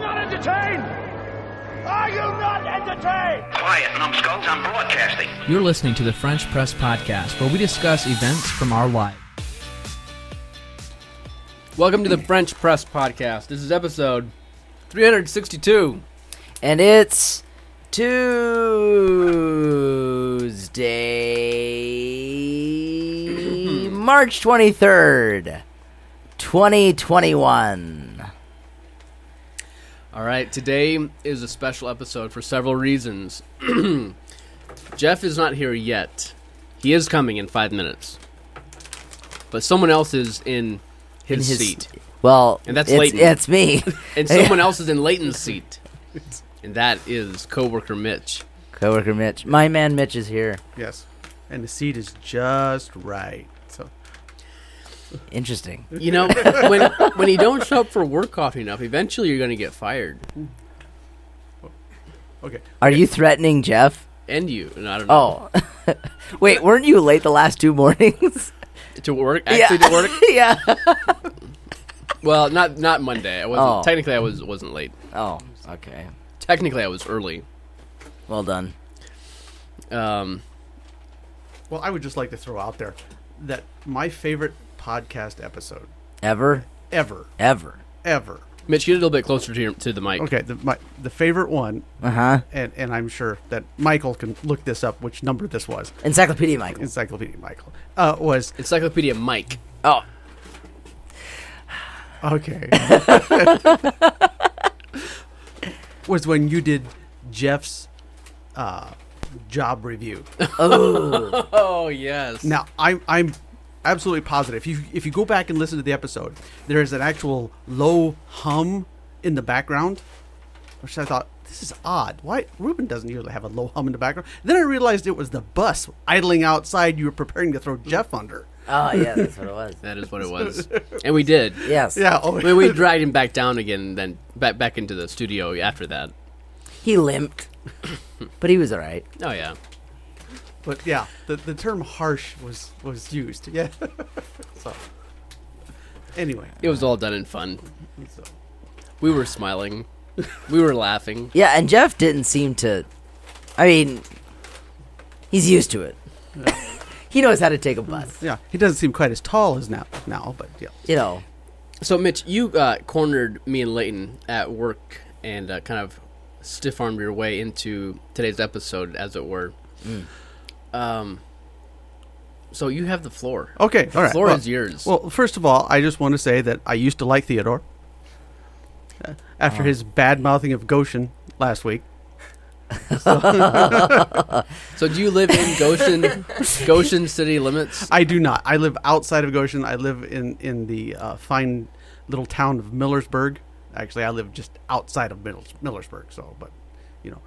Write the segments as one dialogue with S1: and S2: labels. S1: entertained? Are you not entertained?
S2: Quiet, numbskulls, I'm broadcasting.
S3: You're listening to the French Press Podcast, where we discuss events from our life.
S4: Welcome to the French Press Podcast. This is episode 362.
S5: And it's Tuesday, March 23rd, 2021.
S4: All right, today is a special episode for several reasons. Jeff is not here yet. He is coming in five minutes. But someone else is in his,
S5: his-
S4: seat.
S5: Well,
S4: And that's
S5: it's,
S4: Leighton.
S5: it's me,
S4: And someone else is in Leighton's seat. And that is coworker Mitch.
S5: coworker Mitch. My man Mitch is here.
S6: Yes. And the seat is just right. So
S5: Interesting.
S4: You know, when when you don't show up for work often enough, eventually you're going to get fired.
S6: okay.
S5: Are you threatening Jeff?
S4: And you, and I don't know.
S5: Oh. Wait, weren't you late the last two mornings?
S4: To work, actually to work.
S5: yeah.
S4: Well, not not Monday. I wasn't
S5: Oh.
S4: technically I was wasn't late.
S5: Oh, okay.
S4: Technically I was early.
S5: Well done.
S4: Um,
S6: Well, I would just like to throw out there that my favorite podcast episode
S5: Ever,
S6: ever,
S5: ever.
S6: ever.
S4: Mitch, get a little bit closer to your, to the mic.
S6: Okay, the my the favorite one,
S5: Uh huh.
S6: and and I'm sure that Michael can look this up. Which number this was?
S5: Encyclopedia Michael.
S6: Encyclopedia Michael. Uh, was
S4: Encyclopedia Mike.
S5: Oh,
S6: okay. was when you did Jeff's uh, job review.
S4: Oh yes.
S6: Now I'm I'm absolutely positive. If you if you go back and listen to the episode, there is an actual low hum in the background, which I thought this is odd. Why Ruben doesn't usually have a low hum in the background? Then I realized it was the bus idling outside. You were preparing to throw Jeff under.
S5: oh yeah, that's what it was.
S4: that is what it was, and we did.
S5: Yes.
S6: Yeah. Oh,
S4: We, we dragged him back down again, and then back back into the studio after that.
S5: He limped, but he was all right.
S4: Oh yeah.
S6: but yeah, the, the term harsh was was used. Yeah. so anyway,
S4: It was all done in fun.
S6: so,
S4: We were smiling. We were laughing.
S5: Yeah, and Jeff didn't seem to. I mean, he's used to it. he knows how to take a bus.
S6: yeah, he doesn't seem quite as tall as now now, but yeah.
S5: You know,
S4: So, Mitch, you uh, cornered me and Leighton at work and uh, kind of stiff armed your way into today's episode, as it were.
S6: Mm.
S4: Um, so, you have the floor.
S6: Okay, all right.
S4: floor
S6: well,
S4: is yours.
S6: Well, first of all, I just want to say that I used to like Theodore. Uh, After his bad mouthing of Goshen last week,
S4: So, do you live in Goshen, Goshen city limits?
S6: I do not. I live outside of Goshen. I live in in the uh, fine little town of Millersburg. Actually, I live just outside of Middles- Millersburg. So, but you know,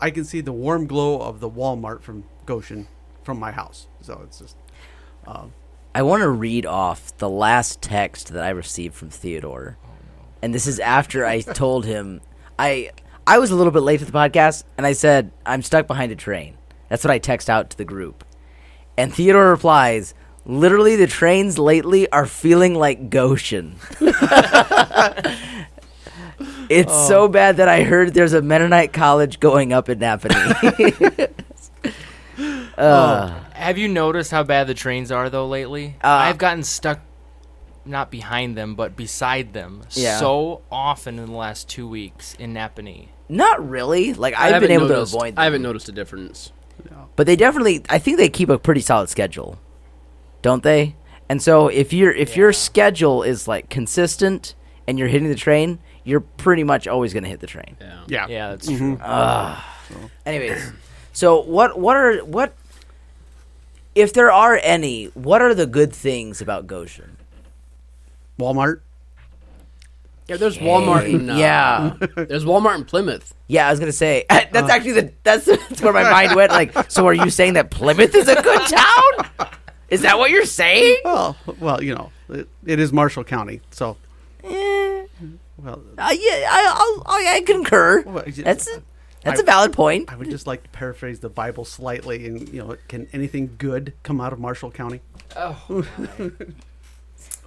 S6: I can see the warm glow of the Walmart from Goshen from my house. So it's just
S5: I want to read off the last text that I received from Theodore,
S4: Oh,
S5: and this is after I told him I I was a little bit late to the podcast, and I said I'm stuck behind a train. That's what I text out to the group, and Theodore replies. Literally, the trains lately are feeling like Goshen. it's
S4: Oh.
S5: so bad that I heard there's a Mennonite college going up in Napanee.
S7: Have you noticed how bad the trains are though lately?
S5: Uh,
S7: I've gotten stuck not behind them but beside them
S5: Yeah.
S7: so often in the last 2 weeks in Napanee.
S5: Not really. Like
S4: I
S5: I've
S4: haven't
S5: been able
S4: noticed,
S5: to avoid. Them.
S4: I haven't noticed a difference.
S5: but they definitely i think they keep a pretty solid schedule don't they and so if your if your schedule is like consistent and you're hitting the train you're pretty much always going to hit the train
S4: Yeah.
S6: yeah,
S7: Yeah, that's
S5: Mm-hmm.
S7: true.
S5: anyways so what what are what if there are any what are the good things about goshen
S6: Walmart.
S4: Yeah, there's Walmart in. Uh,
S5: yeah
S4: There's Walmart in Plymouth.
S5: yeah i was going to say that's actually the that's, that's where my mind went like so are you saying that plymouth is a good town is that what you're saying
S6: Well, well, you know, it, it is Marshall County. So, well,
S5: Uh, yeah, I, I'll, I, I concur.
S6: Well, yeah.
S5: That's that's
S6: I-
S5: a valid point.
S6: I would just like to paraphrase the Bible slightly, and you know, can anything good come out of Marshall County?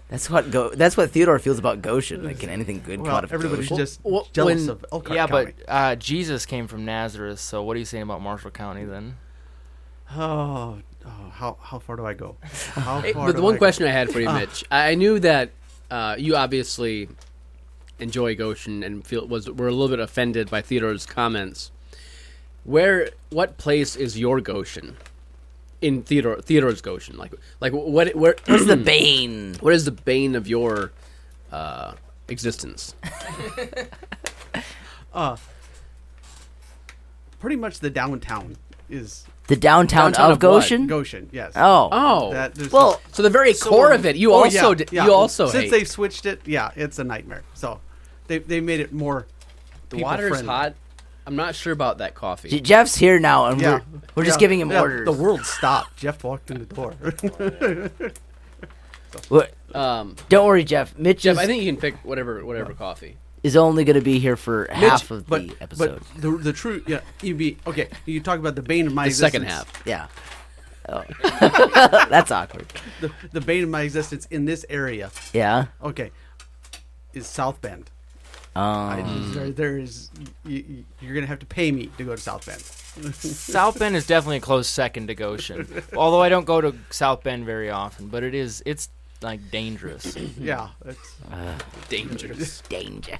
S5: That's what go. That's what Theodore feels about Goshen. Like, can anything good come
S6: Well,
S5: out of
S6: Uh, everybody's
S5: Goshen?
S6: just
S4: Well,
S6: jealous
S4: when-
S6: of Elkhart
S7: yeah,
S6: County.
S7: but uh, Jesus came from Nazareth, so what are you saying about Marshall County then?
S6: oh, oh, how how far do I go? How
S4: Hey,
S6: far
S4: but the
S6: do I
S4: one
S6: go?
S4: question I had for
S6: Ah.
S4: you, Mitch, I I knew that uh, you obviously enjoy Goshen and feel was were a little bit offended by Theodore's comments. Where, what place is your Goshen in Theodore Theodore's Goshen? Like, like what? Where?
S5: What's the bane?
S4: what is the bane of your uh, existence?
S6: Pretty much the downtown is
S5: The downtown,
S4: Downtown
S5: of,
S4: of what?
S5: Goshen.
S6: Goshen. Yes.
S5: oh.
S4: Oh,
S6: That- there's
S5: Well,
S4: so the very core of it. You
S6: Oh,
S4: also,
S6: yeah,
S4: d
S6: yeah.
S4: you also
S6: since
S4: hate.
S6: they switched it, yeah, it's a nightmare. So they they made it more.
S4: the water is
S6: people-friendly.
S4: hot. I'm not sure about that coffee.
S5: J- Jeff's here now, and
S6: Yeah,
S5: we're we're just
S6: Yeah,
S5: giving him
S6: yeah,
S5: orders.
S6: The world stopped. Jeff walked in the door.
S5: What-
S4: um,
S5: Don't worry, Jeff. Mitch
S4: Jeff,
S5: is,
S4: I think you can pick whatever whatever coffee.
S5: is only going to be here for half of
S6: but,
S5: the episode.
S6: But the the true yeah, you be okay. You talk about the bane of my
S4: The
S6: existence.
S4: second half.
S5: yeah. Oh. That's awkward.
S6: The, the bane of my existence in this area.
S5: Yeah.
S6: Okay, is South Bend.
S5: Um,
S6: There, there is you, you're gonna have to pay me to go to South Bend.
S5: Mm-hmm.
S7: South Bend is definitely a close second to Goshen. Although I don't go to South Bend very often, but it is it's like dangerous.
S6: Yeah, it's,
S5: Uh.
S4: Dangerous.
S5: danger.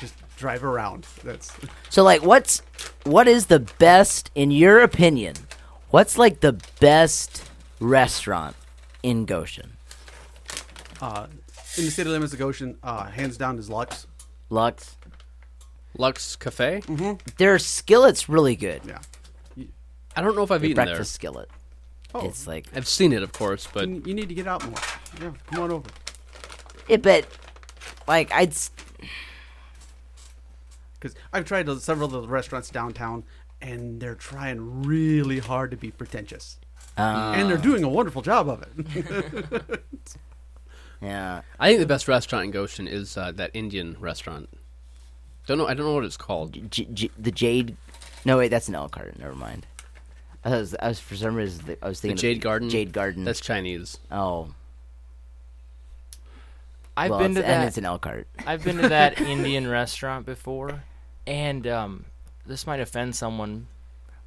S6: just drive around. That's
S5: So, like, what's what is the best in your opinion? What's like the best restaurant in Goshen?
S6: uh, in the city limits of Goshen. Uh, hands down is Lux.
S5: Lux.
S4: Lux Cafe.
S5: Their skillet's really good.
S6: Yeah.
S4: I don't know if I've eaten
S5: Breakfast
S4: there.
S5: skillet.
S6: Oh,
S5: It's like
S4: I've seen it, of course, but
S6: you you need to get out more. Yeah, come on over.
S5: it, but like I'd s-
S6: because I've tried those- several of the restaurants downtown, and they're trying really hard to be pretentious,
S4: Ah.
S6: and they're doing a wonderful job of it.
S5: yeah.
S4: I think the best restaurant in Goshen is uh, that Indian restaurant. Don't know. I don't know what it's called.
S5: J- J- the Jade. No wait, that's an Elkhart. Never mind. I was, I was for some reason th- I was thinking of
S4: Jade Garden.
S5: Jade Garden.
S4: That's Chinese.
S5: oh,
S7: I've
S5: well,
S7: been to
S5: it's- and
S7: that
S5: it's an Elkhart.
S7: I've been to that Indian restaurant before, and um, this might offend someone,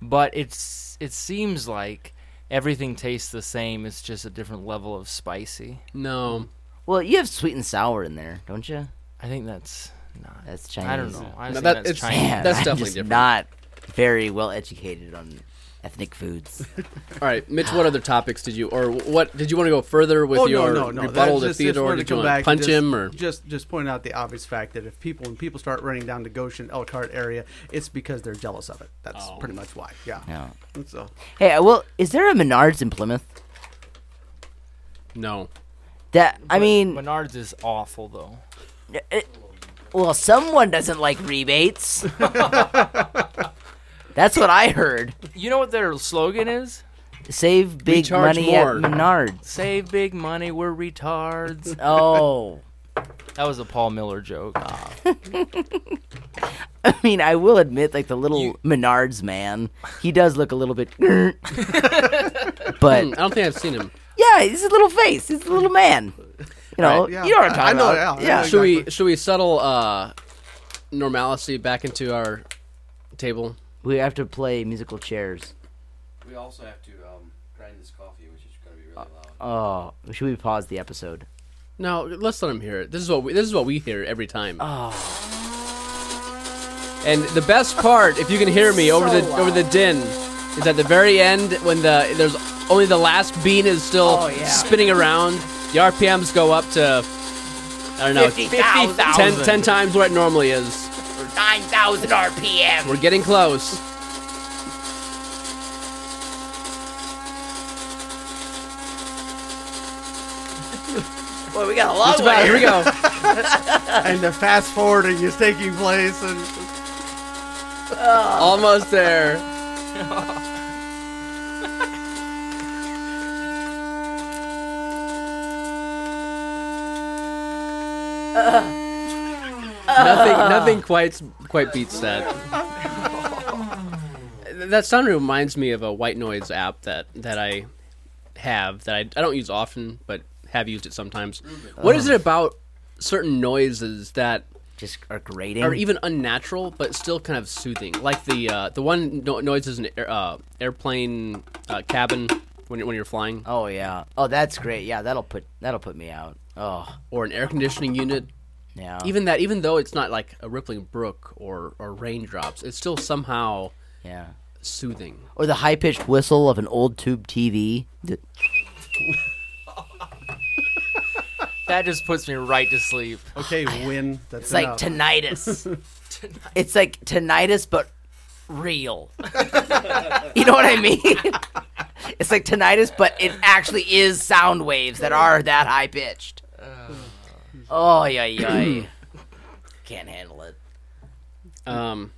S7: but it's it seems like everything tastes the same. It's just a different level of spicy.
S4: No,
S5: Well, you have sweet and sour in there, don't you?
S7: I think that's not.
S5: That's
S7: I don't
S5: Chinese.
S7: know. I
S4: No,
S7: think
S4: that-
S7: that's
S4: it's-
S7: Chinese.
S5: Man,
S4: That's
S5: I'm
S4: definitely
S5: just
S4: different.
S5: Not very well educated on ethnic foods.
S4: All right, Mitch. What other topics did you, or what did you want to go further with
S6: oh
S4: your
S6: no, no, no!
S4: rebuttal to
S6: that's just- just
S4: Theodore?
S6: wanted
S4: Did you
S6: to come
S4: want
S6: back
S4: to punch
S6: and just-
S4: him, or
S6: just just point out the obvious fact that if people when people start running down to Goshen, Elkhart area, it's because they're jealous of it. That's
S4: Oh.
S6: pretty much why. Yeah.
S5: No.
S6: So
S5: Hey, well, is there a Menards in Plymouth?
S4: no?
S5: That I mean, eh,
S7: Menards is awful though.
S5: well, someone doesn't like rebates. That's what I heard.
S7: You know what their slogan is?
S5: Save big
S4: charge
S5: money
S4: more.
S5: at Menards.
S7: Save big money, we're retards.
S5: Oh,
S7: that was a Paul Miller joke.
S5: I mean, I will admit, like the little Menards man, he does look a little bit. but
S4: I don't think I've seen him.
S5: yeah, he's a little face. He's a little man. You know,
S6: yeah.
S5: you know what I'm
S6: I-
S5: talking
S6: I know,
S5: about.
S6: yeah, I know.
S4: Should we
S6: Exactly.
S4: should we settle uh, normalcy back into our table?
S5: we have to play musical chairs.
S8: We also have to um, grind this coffee, which is going to be really loud.
S5: Oh, should we pause the episode?
S4: No, let's let him hear it. This is what we, this is what we hear every time.
S5: Oh.
S4: And the best part, if you can hear me over the over the din, is at the very end when the there's only the last bean is still
S5: Oh, yeah.
S4: spinning around. The RPMs go up to I don't know,
S5: 50,000.
S4: 10, 10 times what it normally is.
S5: 9,000 RPM.
S4: We're getting close.
S5: Well, we got a long
S4: It's about- here we go.
S6: and the fast forwarding is taking place, and
S4: Almost there. nothing, nothing quite quite beats that. that sound reminds me of a white noise app that that I have that I, I don't use often, but have used it sometimes. What is it about certain noises that
S5: Just are grating.
S4: are even unnatural but still kind of soothing? Like the uh, the one no- noise is an air, uh, airplane uh, cabin when you're, when you're flying, uh,
S5: oh yeah. Oh, that's great. Yeah, that'll put that'll put me out. Oh,
S4: or an air conditioning unit.
S5: yeah.
S6: Oh.
S4: Even that, even though it's not like a rippling brook or or raindrops, it's still somehow
S5: yeah.
S4: soothing.
S5: Or the high pitched whistle of an old tube TV. D-
S7: That just puts me right to sleep.
S6: Okay,
S4: Oh,
S6: win. That's
S5: It's like
S6: enough.
S5: tinnitus. it's like tinnitus, but real. you know what I mean? it's like tinnitus, but it actually is sound waves that are that high pitched.
S4: Uh.
S5: Oh yeah, yeah. Can't handle it.
S4: Um,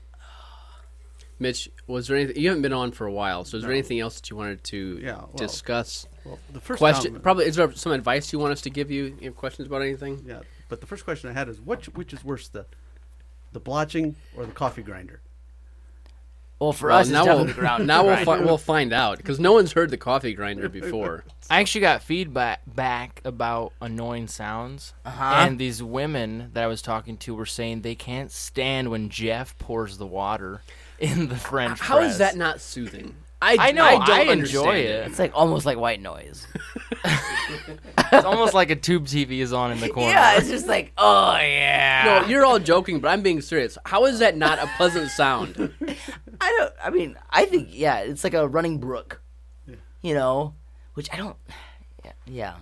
S4: Mitch, was there anything you haven't been on for a while? So, is there anything else that you wanted to
S6: Yeah, well,
S4: discuss?
S6: Well, the first
S4: Question.
S6: comment-
S4: Probably is there some advice you want us to give you? You have questions about anything?
S6: Yeah, but the first question I had is which which is worse, the the blotching or the coffee grinder?
S5: Well, for
S4: Well,
S5: us, it's definitely
S4: we'll,
S5: the ground.
S4: now we'll, fi- we'll find out because no one's heard the coffee grinder before.
S7: I actually got feedback back about annoying sounds,
S8: Uh-huh.
S7: and these women that I was talking to were saying they can't stand when Jeff pours the water in the French
S4: How
S7: press.
S4: is that not soothing? I,
S7: I know.
S4: I
S7: I,
S4: don't
S7: enjoy
S4: understand
S7: it.
S5: It's like almost like white noise.
S7: It's almost like a tube TV is on in the corner.
S5: yeah, it's just like oh yeah.
S4: No, you're all joking, but I'm being serious. How is that not a pleasant sound?
S5: I don't. I mean, I think yeah, it's like a running brook, you know, which I don't. Yeah, yeah.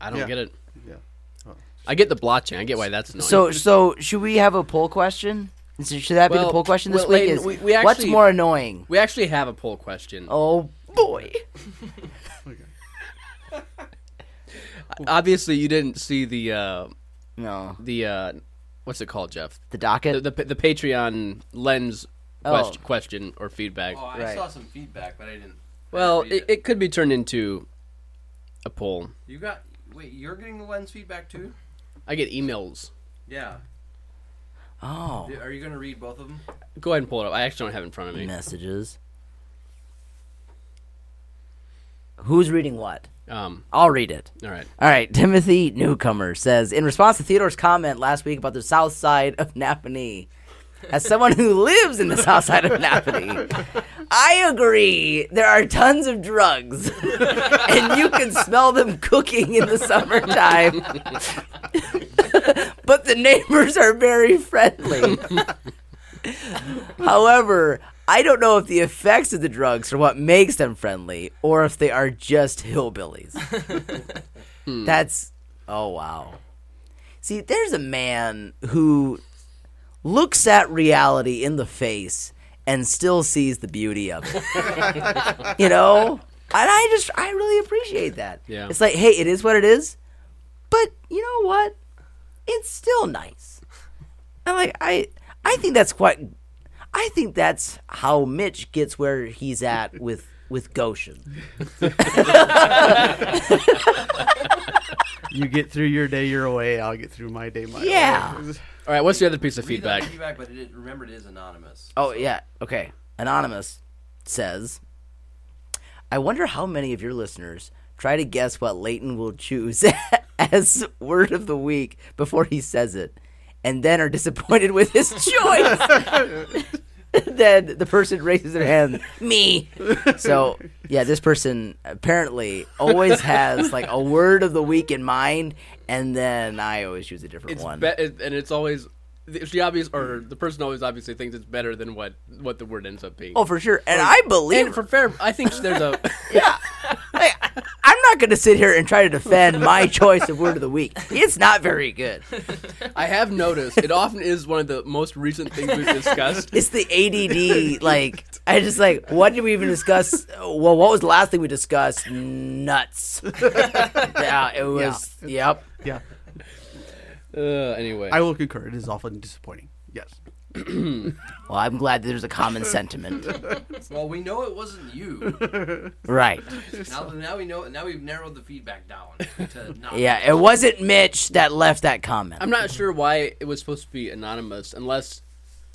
S4: I don't
S6: Yeah.
S4: get it.
S6: Yeah.
S4: I get the blotching. I get why that's annoying.
S5: So, so should we have a poll question? So should that be
S4: Well,
S5: the poll question this
S4: well,
S5: week?
S4: Layden,
S5: is
S4: we- we
S5: what's
S4: actually-
S5: more annoying?
S4: we actually have a poll question.
S5: Oh boy!
S4: Obviously, you didn't see the uh,
S5: No,
S4: the uh, what's it called, Jeff?
S5: the docket.
S4: The the, the Patreon lens quest- question or feedback.
S8: Oh, I
S5: Right.
S8: saw some feedback, but I didn't. I
S4: well,
S8: didn't read
S4: it, it could be turned into a poll.
S8: You got. Wait, you're getting the lens feedback too?
S4: I get emails.
S8: Yeah.
S5: oh,
S8: Are you going to read both of them?
S4: Go ahead and pull it up. I actually don't have it in front of me.
S5: messages. Who's reading what?
S4: Um,
S5: I'll read it.
S4: all right.
S5: All right, Timothy Newcomer says in response to Theodore's comment last week about the south side of Napanee, as someone who lives in the south side of Napanee, I agree there are tons of drugs, and you can smell them cooking in the summertime. but the neighbors are very friendly. However, I don't know if the effects of the drugs are what makes them friendly or if they are just hillbillies. That's oh wow. See, there's a man who looks at reality in the face and still sees the beauty of it. you know? And I just I really appreciate that.
S4: Yeah.
S5: It's like, hey, it is what it is, but you know what? It's still nice. And like I I think that's quite I think that's how Mitch gets where he's at with with Goshen.
S6: You get through your day your way, I'll get through my day my
S5: Yeah.
S6: way.
S4: All right. What's the other piece of
S8: Read that
S4: feedback?
S8: feedback, but it, is- remember it is anonymous.
S5: Oh yeah. Okay. Anonymous says, "I wonder how many of your listeners try to guess what Leighton will choose as word of the week before he says it, and then are disappointed with his choice." then the person raises their hand, me. So yeah, this person apparently always has like a word of the week in mind, and then I always choose a different
S4: It's
S5: one.
S4: be- it- and it's always it's the obvious or the person always obviously thinks it's better than what what the word ends up being.
S5: oh, for sure, and I believe
S4: and for fair, I think there's a
S5: Yeah. Hey, I'm not going to sit here and try to defend my choice of word of the week. It's not very good.
S4: I have noticed it often is one of the most recent things we've discussed.
S5: It's the ADD. Like, I just like, what did we even discuss? Well, what was the last thing we discussed? Nuts. yeah, it was. Yep.
S6: Yeah.
S4: Uh, anyway,
S6: I will concur. It is often disappointing. Yes.
S5: Well, I'm glad that there's a common sentiment.
S8: Well, we know it wasn't you.
S5: Right.
S8: now, now we know. Now we've narrowed the feedback down to not.
S5: Yeah, it wasn't Mitch that left that comment.
S4: I'm not sure why it was supposed to be anonymous, unless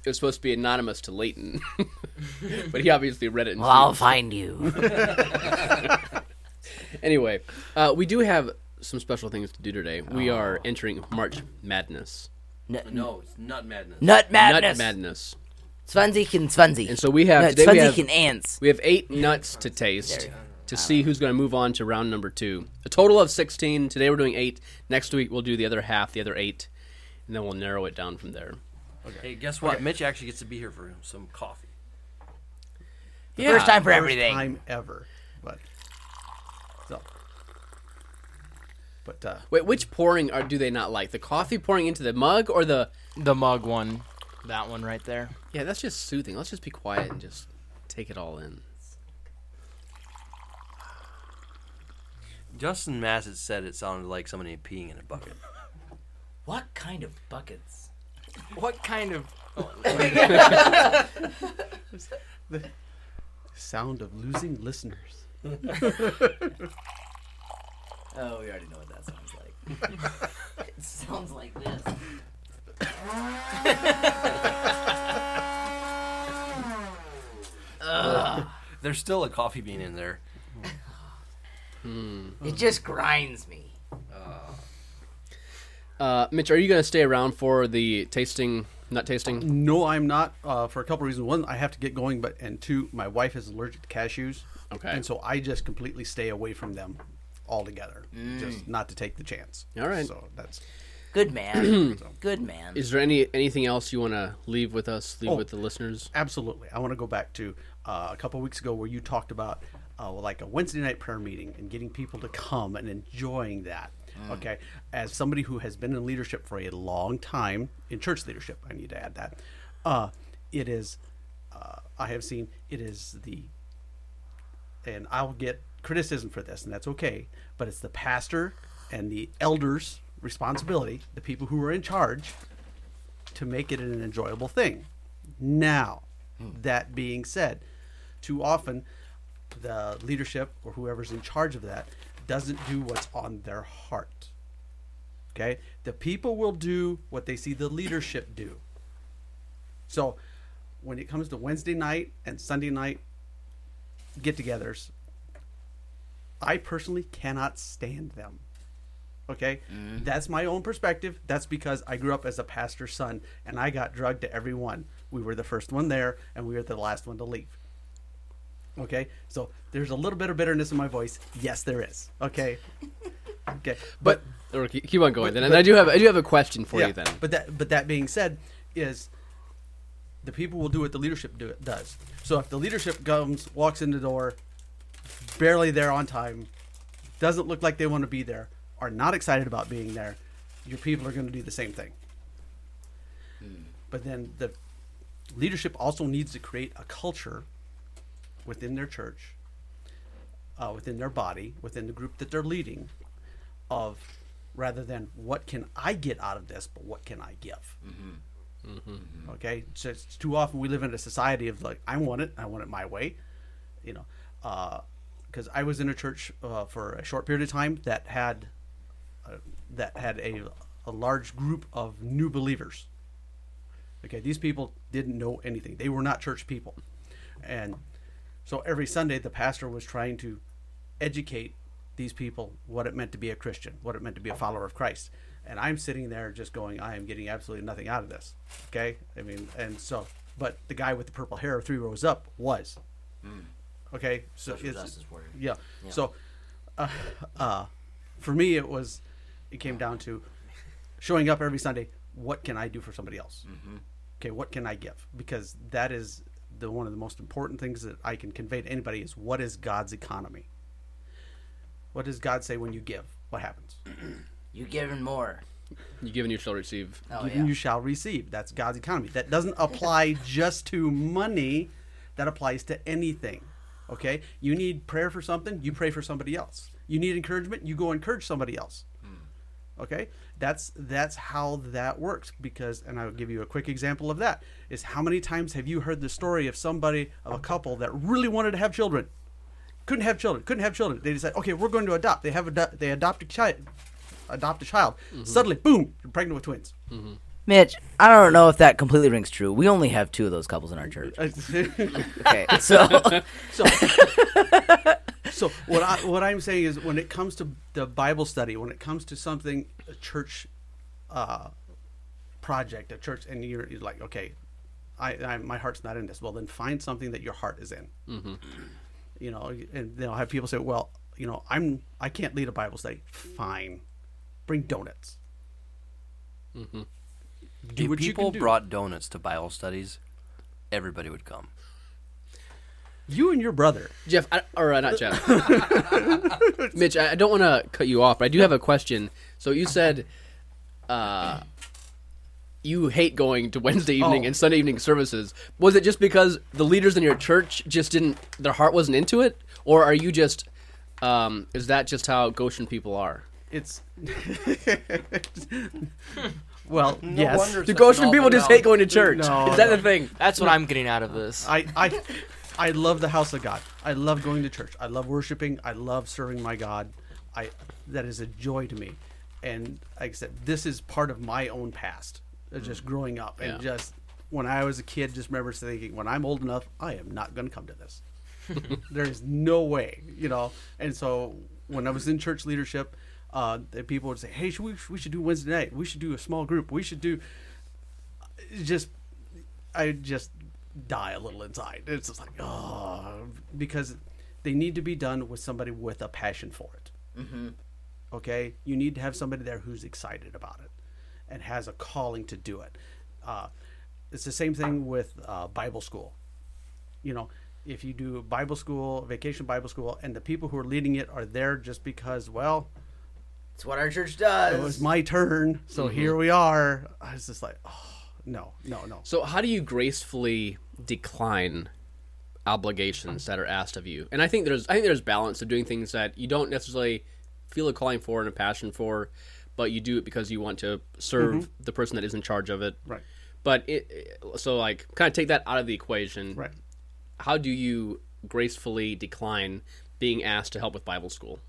S4: it was supposed to be anonymous to Leighton. but he obviously read it. And
S5: Well, I'll find you.
S4: Anyway, uh, we do have some special things to do today. We are entering March Madness.
S8: No, it's nut madness.
S5: Nut
S4: Nut
S5: madness.
S4: madness.
S5: Swanzik and Swanzik.
S4: And so we have-
S5: no,
S4: today we
S5: Swanzik
S4: have-
S5: and ants.
S4: We have eight nuts to taste to see who's going to move on to round number two. A total of 16. Today we're doing eight. Next week we'll do the other half, the other eight, and then we'll narrow it down from there.
S8: Hey, guess what? Mitch actually gets to be here for some coffee.
S5: First time for everything.
S6: time ever. But so, but uh,
S4: Wait, which pouring are, do they not like? The coffee pouring into the mug or the.
S7: The mug one, that one right there.
S4: Yeah, that's just soothing. Let's just be quiet and just take it all in.
S8: Justin Massett said it sounded like somebody peeing in a bucket.
S5: What kind of buckets?
S7: What kind of?
S6: sound of losing listeners.
S5: Oh, we already know what that sounds like. it sounds like this.
S8: There's still a coffee bean in there.
S5: It just grinds me.
S4: Uh, Mitch, are you going to stay around for the tasting, nut tasting?
S6: No, I'm not. Uh, for a couple reasons. One, I have to get going, but and two, my wife is allergic to cashews.
S4: Okay.
S6: And so I just completely stay away from them altogether, just not to take the chance.
S4: Mm. All right.
S6: So that's
S5: Good man. Good man.
S4: Is there any anything else you want to leave with us, leave
S6: Oh.
S4: with the listeners?
S6: absolutely. I want to go back to uh, a couple weeks ago where you talked about uh, like a Wednesday night prayer meeting and getting people to come and enjoying that. Okay. As somebody who has been in leadership for a long time in church leadership, I need to add that. Uh, it is. Uh, I have seen it is the and I'll get criticism for this, and that's okay. But it's the pastor and the elders' responsibility, the people who are in charge, to make it an enjoyable thing. Now, that being said, too often the leadership or whoever's in charge of that doesn't do what's on their heart. Okay? The people will do what they see the leadership do. So, when it comes to Wednesday night and Sunday night get togethers, I personally cannot stand them. Okay? That's my own perspective. That's because I grew up as a pastor's son and I got drugged to every one. We were the first one there and we were the last one to leave. Okay? So there's a little bit of bitterness in my voice. Yes, there is. Okay? okay.
S4: But or keep keep on going then. And I do have I do have a question for you then.
S6: But that but that being said, is the people will do what the leadership do does. So if the leadership comes, walks in the door, barely there on time, doesn't look like they want to be there, are not excited about being there, your people are going to do the same thing.
S4: Hmm.
S6: But then the leadership also needs to create a culture within their church, uh, within their body, within the group that they're leading, of rather than what can I get out of this, but what can I give. Okay, so it's too often we live in a society of like I want it, I want it my way, you know. Because I was in a church uh, for a short period of time that had uh, that had a a large group of new believers. Okay, these people didn't know anything; they were not church people, and so every Sunday the pastor was trying to educate these people what it meant to be a Christian, what it meant to be a follower of Christ. And I'm sitting there just going, I am getting absolutely nothing out of this. Okay? I mean, and so, but the guy with the purple hair three rows up was. Okay? So
S8: Social
S6: it's-
S8: justice warrior.
S6: Yeah. So, uh, uh, for me, it was, it came down to showing up every Sunday. What can I do for somebody else? Okay, what can I give? Because that is the one of the most important things that I can convey to anybody is what is God's economy? What does God say when you give? What happens?
S5: You giving more.
S4: You give and you shall receive.
S5: Oh,
S6: Give
S5: yeah.
S6: and you shall receive. That's God's economy. That doesn't apply just to money. That applies to anything. Okay? You need prayer for something, you pray for somebody else. You need encouragement, you go encourage somebody else. Okay? That's that's how that works because and I'll give you a quick example of that. Is how many times have you heard the story of somebody of a couple that really wanted to have children? Couldn't have children. Couldn't have children. They decide, okay, we're going to adopt. They have ado- they adopt a child, adopt a child. Suddenly, boom, you're pregnant with twins
S5: Mitch, I don't know if that completely rings true. We only have two of those couples in our church. Okay, so
S6: so, so what I what I'm saying is, when it comes to the Bible study, when it comes to something a church uh, project, a church, and you're, you're like, okay, I, I my heart's not in this. Well, then find something that your heart is in. You know, and they'll have people say, well, you know, I'm I can't lead a Bible study. Fine, bring donuts. Do
S9: if
S6: what you
S9: people
S6: can do.
S9: brought donuts to Bible studies, everybody would come.
S6: You and your brother.
S4: Jeff, I, or uh, not Jeff. Mitch, I, I don't want to cut you off, but I do have a question. So you said uh, you hate going to Wednesday evening and Sunday evening services. Was it just because the leaders in your church just didn't, their heart wasn't into it? Or are you just, um, is that just how Goshen people are?
S6: It's well, yes.
S4: Do Goshen people just hate going to church?
S6: No,
S4: is that
S6: no.
S4: the thing?
S7: That's what I'm getting out of this.
S6: I, I I love the house of God. I love going to church. I love worshiping. I love serving my God. I that is a joy to me. And like I said, this is part of my own past. uh, Just growing up and
S4: Yeah.
S6: just when I was a kid, just remember thinking, when I'm old enough, I am not going to come to this. there is no way, you know. And so when I was in church leadership, uh, the people would say, "Hey, should we, we should do Wednesday night. We should do a small group. We should do." it's just I just die a little inside. It's just like oh, because they need to be done with somebody with a passion for it. Mm-hmm. Okay, you need to have somebody there who's excited about it and has a calling to do it. Uh, it's the same thing with uh, Bible school. You know, if you do Bible school, vacation Bible school, and the people who are leading it are there just because, well,
S5: it's what our church
S6: it was
S5: does. Mm-hmm.
S6: my turn, so here we are. I was just like, oh, no, no, no.
S4: So, how do you gracefully decline obligations that are asked of you? And I think there's I think there's balance of doing things that you don't necessarily feel a calling for and a passion for, but you do it because you want to serve the person that is in charge of it.
S6: Mm-hmm. Right.
S4: But it- it so like kind of take that out of the equation.
S6: Right.
S4: How do you gracefully decline being asked to help with Bible school?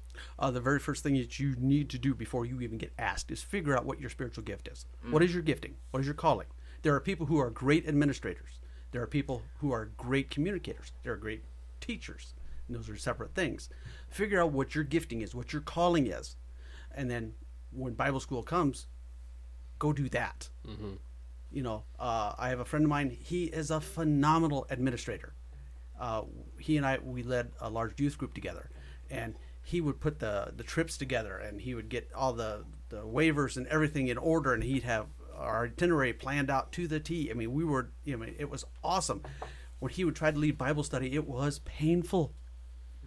S6: uh, the very first thing that you need to do before you even get asked is figure out what your spiritual gift is. What is your gifting? What is your calling? There are people who are great administrators. There are people who are great communicators. There are great teachers. And those are separate things. Figure out what your gifting is, what your calling is. And then when Bible school comes, go do that. You know, uh, I have a friend of mine. He is a phenomenal administrator. Uh, he and I we led a large youth group together, and he would put the the trips together, and he would get all the the waivers and everything in order, and he'd have our itinerary planned out to the T. I mean, we were, you know, it was awesome. When he would try to lead Bible study, it was painful.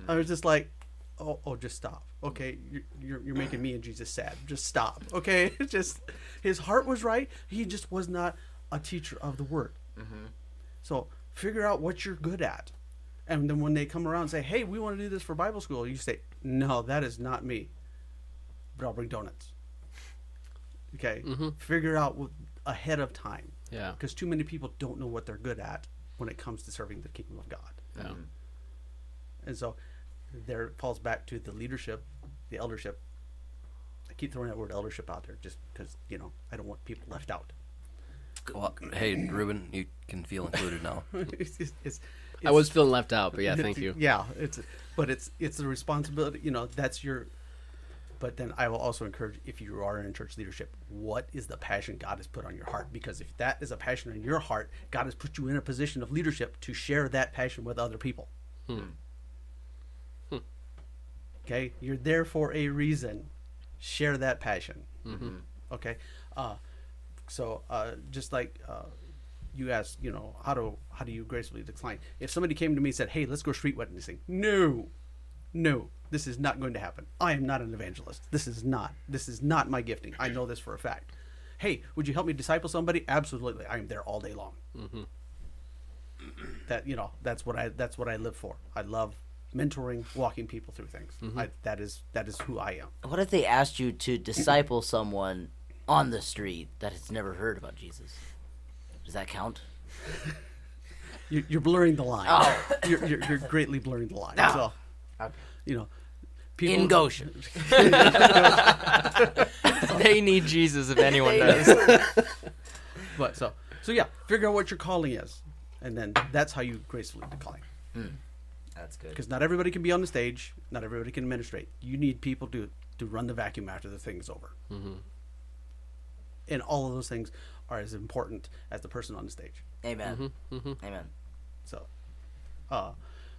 S6: I was just like, oh, oh, just stop. Okay, you're, you're, you're making me and Jesus sad. Just stop. Okay, It's just his heart was right. He just was not a teacher of the word. So figure out what you're good at, and then when they come around and say, hey, we want to do this for Bible school, you say, no, that is not me. But I'll bring donuts. Okay, figure out what, ahead of time.
S4: Yeah.
S6: because too many people don't know what they're good at when it comes to serving the kingdom of God.
S4: Yeah.
S6: And so there it falls back to the leadership, the eldership. I keep throwing that word eldership out there just because, you know, I don't want people left out.
S9: Well, hey, Ruben, you can feel included now.
S6: it's, it's, it's,
S4: I was feeling left out, but yeah, thank you.
S6: Yeah, it's but it's it's the responsibility, you know, that's your but then I will also encourage if you are in church leadership, what is the passion God has put on your heart? Because if that is a passion in your heart, God has put you in a position of leadership to share that passion with other people. Okay, you're there for a reason. Share that passion. Okay, uh, so uh, just like uh, you asked, you know, how do how do you gracefully decline? If somebody came to me and said, "Hey, let's go street witnessing," no, no, this is not going to happen. I am not an evangelist. This is not. This is not my gifting. I know this for a fact. Hey, would you help me disciple somebody? Absolutely. I am there all day long. That you know, that's what I that's what I live for. I love mentoring, walking people through things. I, that is that is who I am.
S5: What if they asked you to disciple someone on the street that has never heard about Jesus? Does that count?
S6: You're, you're blurring the line.
S5: Oh.
S6: You're, you're, you're greatly blurring the line. So, you know, people
S5: In Goshen.
S7: they need Jesus if anyone does.
S6: But so so yeah, figure out what your calling is, and then that's how you gracefully decline.
S5: That's good.
S6: Because not everybody can be on the stage, not everybody can administrate. You need people to to run the vacuum after the thing's over.
S5: Mm-hmm.
S6: And all of those things are as important as the person on the stage.
S5: Amen. Amen.
S6: So, uh,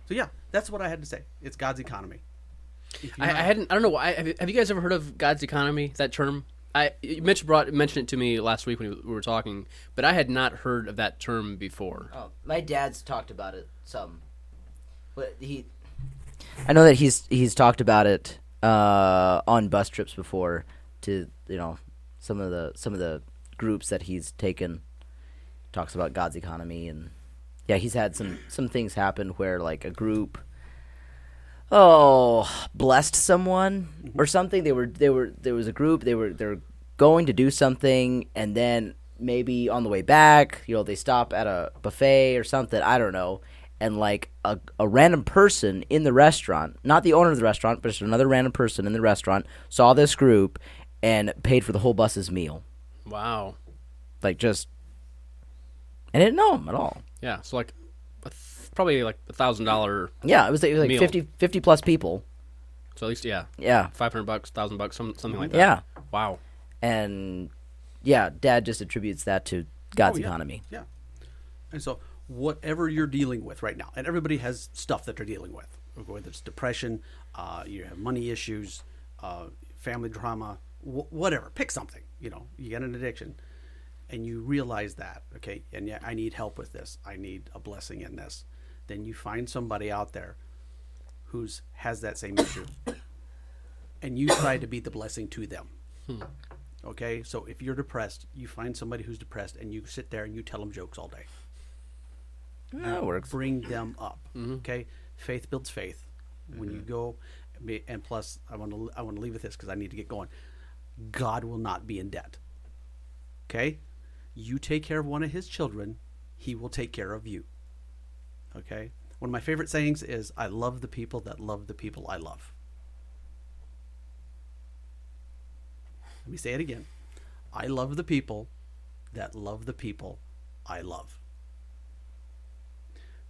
S6: so yeah, that's what I had to say. It's God's economy. If you're
S4: I, I
S6: not-
S4: hadn't. I don't know. why. Have you- have you guys ever heard of God's economy? That term. I Mitch brought mentioned it to me last week when we were talking, but I had not heard of that term before.
S5: Oh, my dad's talked about it some, but he. I know that he's he's talked about it uh, on bus trips before to you know some of the some of the groups that he's taken. Talks about God's economy and yeah, he's had some some things happen where like a group oh blessed someone or something they were they were there was a group they were they were going to do something and then maybe on the way back you know they stop at a buffet or something i don't know and like a, a random person in the restaurant not the owner of the restaurant but just another random person in the restaurant saw this group and paid for the whole bus's meal
S4: Wow.
S5: like just and didn't know him at all
S4: Yeah. So like, a th- probably like a thousand dollar.
S5: yeah it was, it was like
S4: Meal.
S5: 50, 50 plus people
S4: So at least yeah,
S5: yeah
S4: five hundred bucks, thousand bucks, some, something like that.
S5: yeah
S4: Wow.
S5: and yeah, Dad just attributes that to God's
S6: Oh, yeah.
S5: economy.
S6: Yeah. And so, whatever you're dealing with right now, and everybody has stuff that they're dealing with, whether it's depression, uh, you have money issues, uh, family drama, wh- whatever. Pick something. You know, you get an addiction, and you realize that. Okay, and yeah, I need help with this. I need a blessing in this. Then you find somebody out there who's has that same issue, and you try to be the blessing to them. Okay, so if you're depressed, you find somebody who's depressed and you sit there and you tell them jokes all day.
S5: That works.
S6: Bring them up. Okay, faith builds faith. When
S5: Mm-hmm.
S6: you go, me- and plus, I want to I want to leave with this because I need to get going. God will not be in debt. Okay, you take care of one of His children, He will take care of you. Okay, one of my favorite sayings is, "I love the people that love the people I love." Let me say it again. I love the people that love the people I love.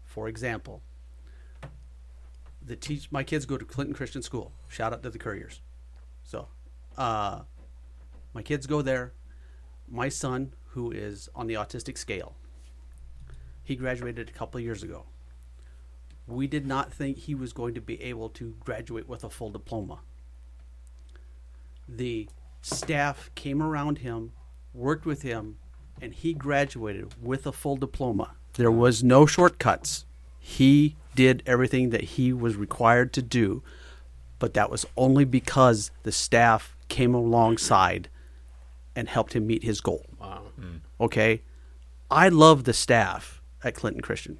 S6: For example, the teach my kids go to Clinton Christian School. Shout out to the couriers. So, uh, my kids go there. My son, who is on the autistic scale, he graduated a couple of years ago. We did not think he was going to be able to graduate with a full diploma the staff came around him, worked with him, and he graduated with a full diploma. There was no shortcuts. He did everything that he was required to do, but that was only because the staff came alongside and helped him meet his goal. Wow. Okay. I love the staff at Clinton Christian.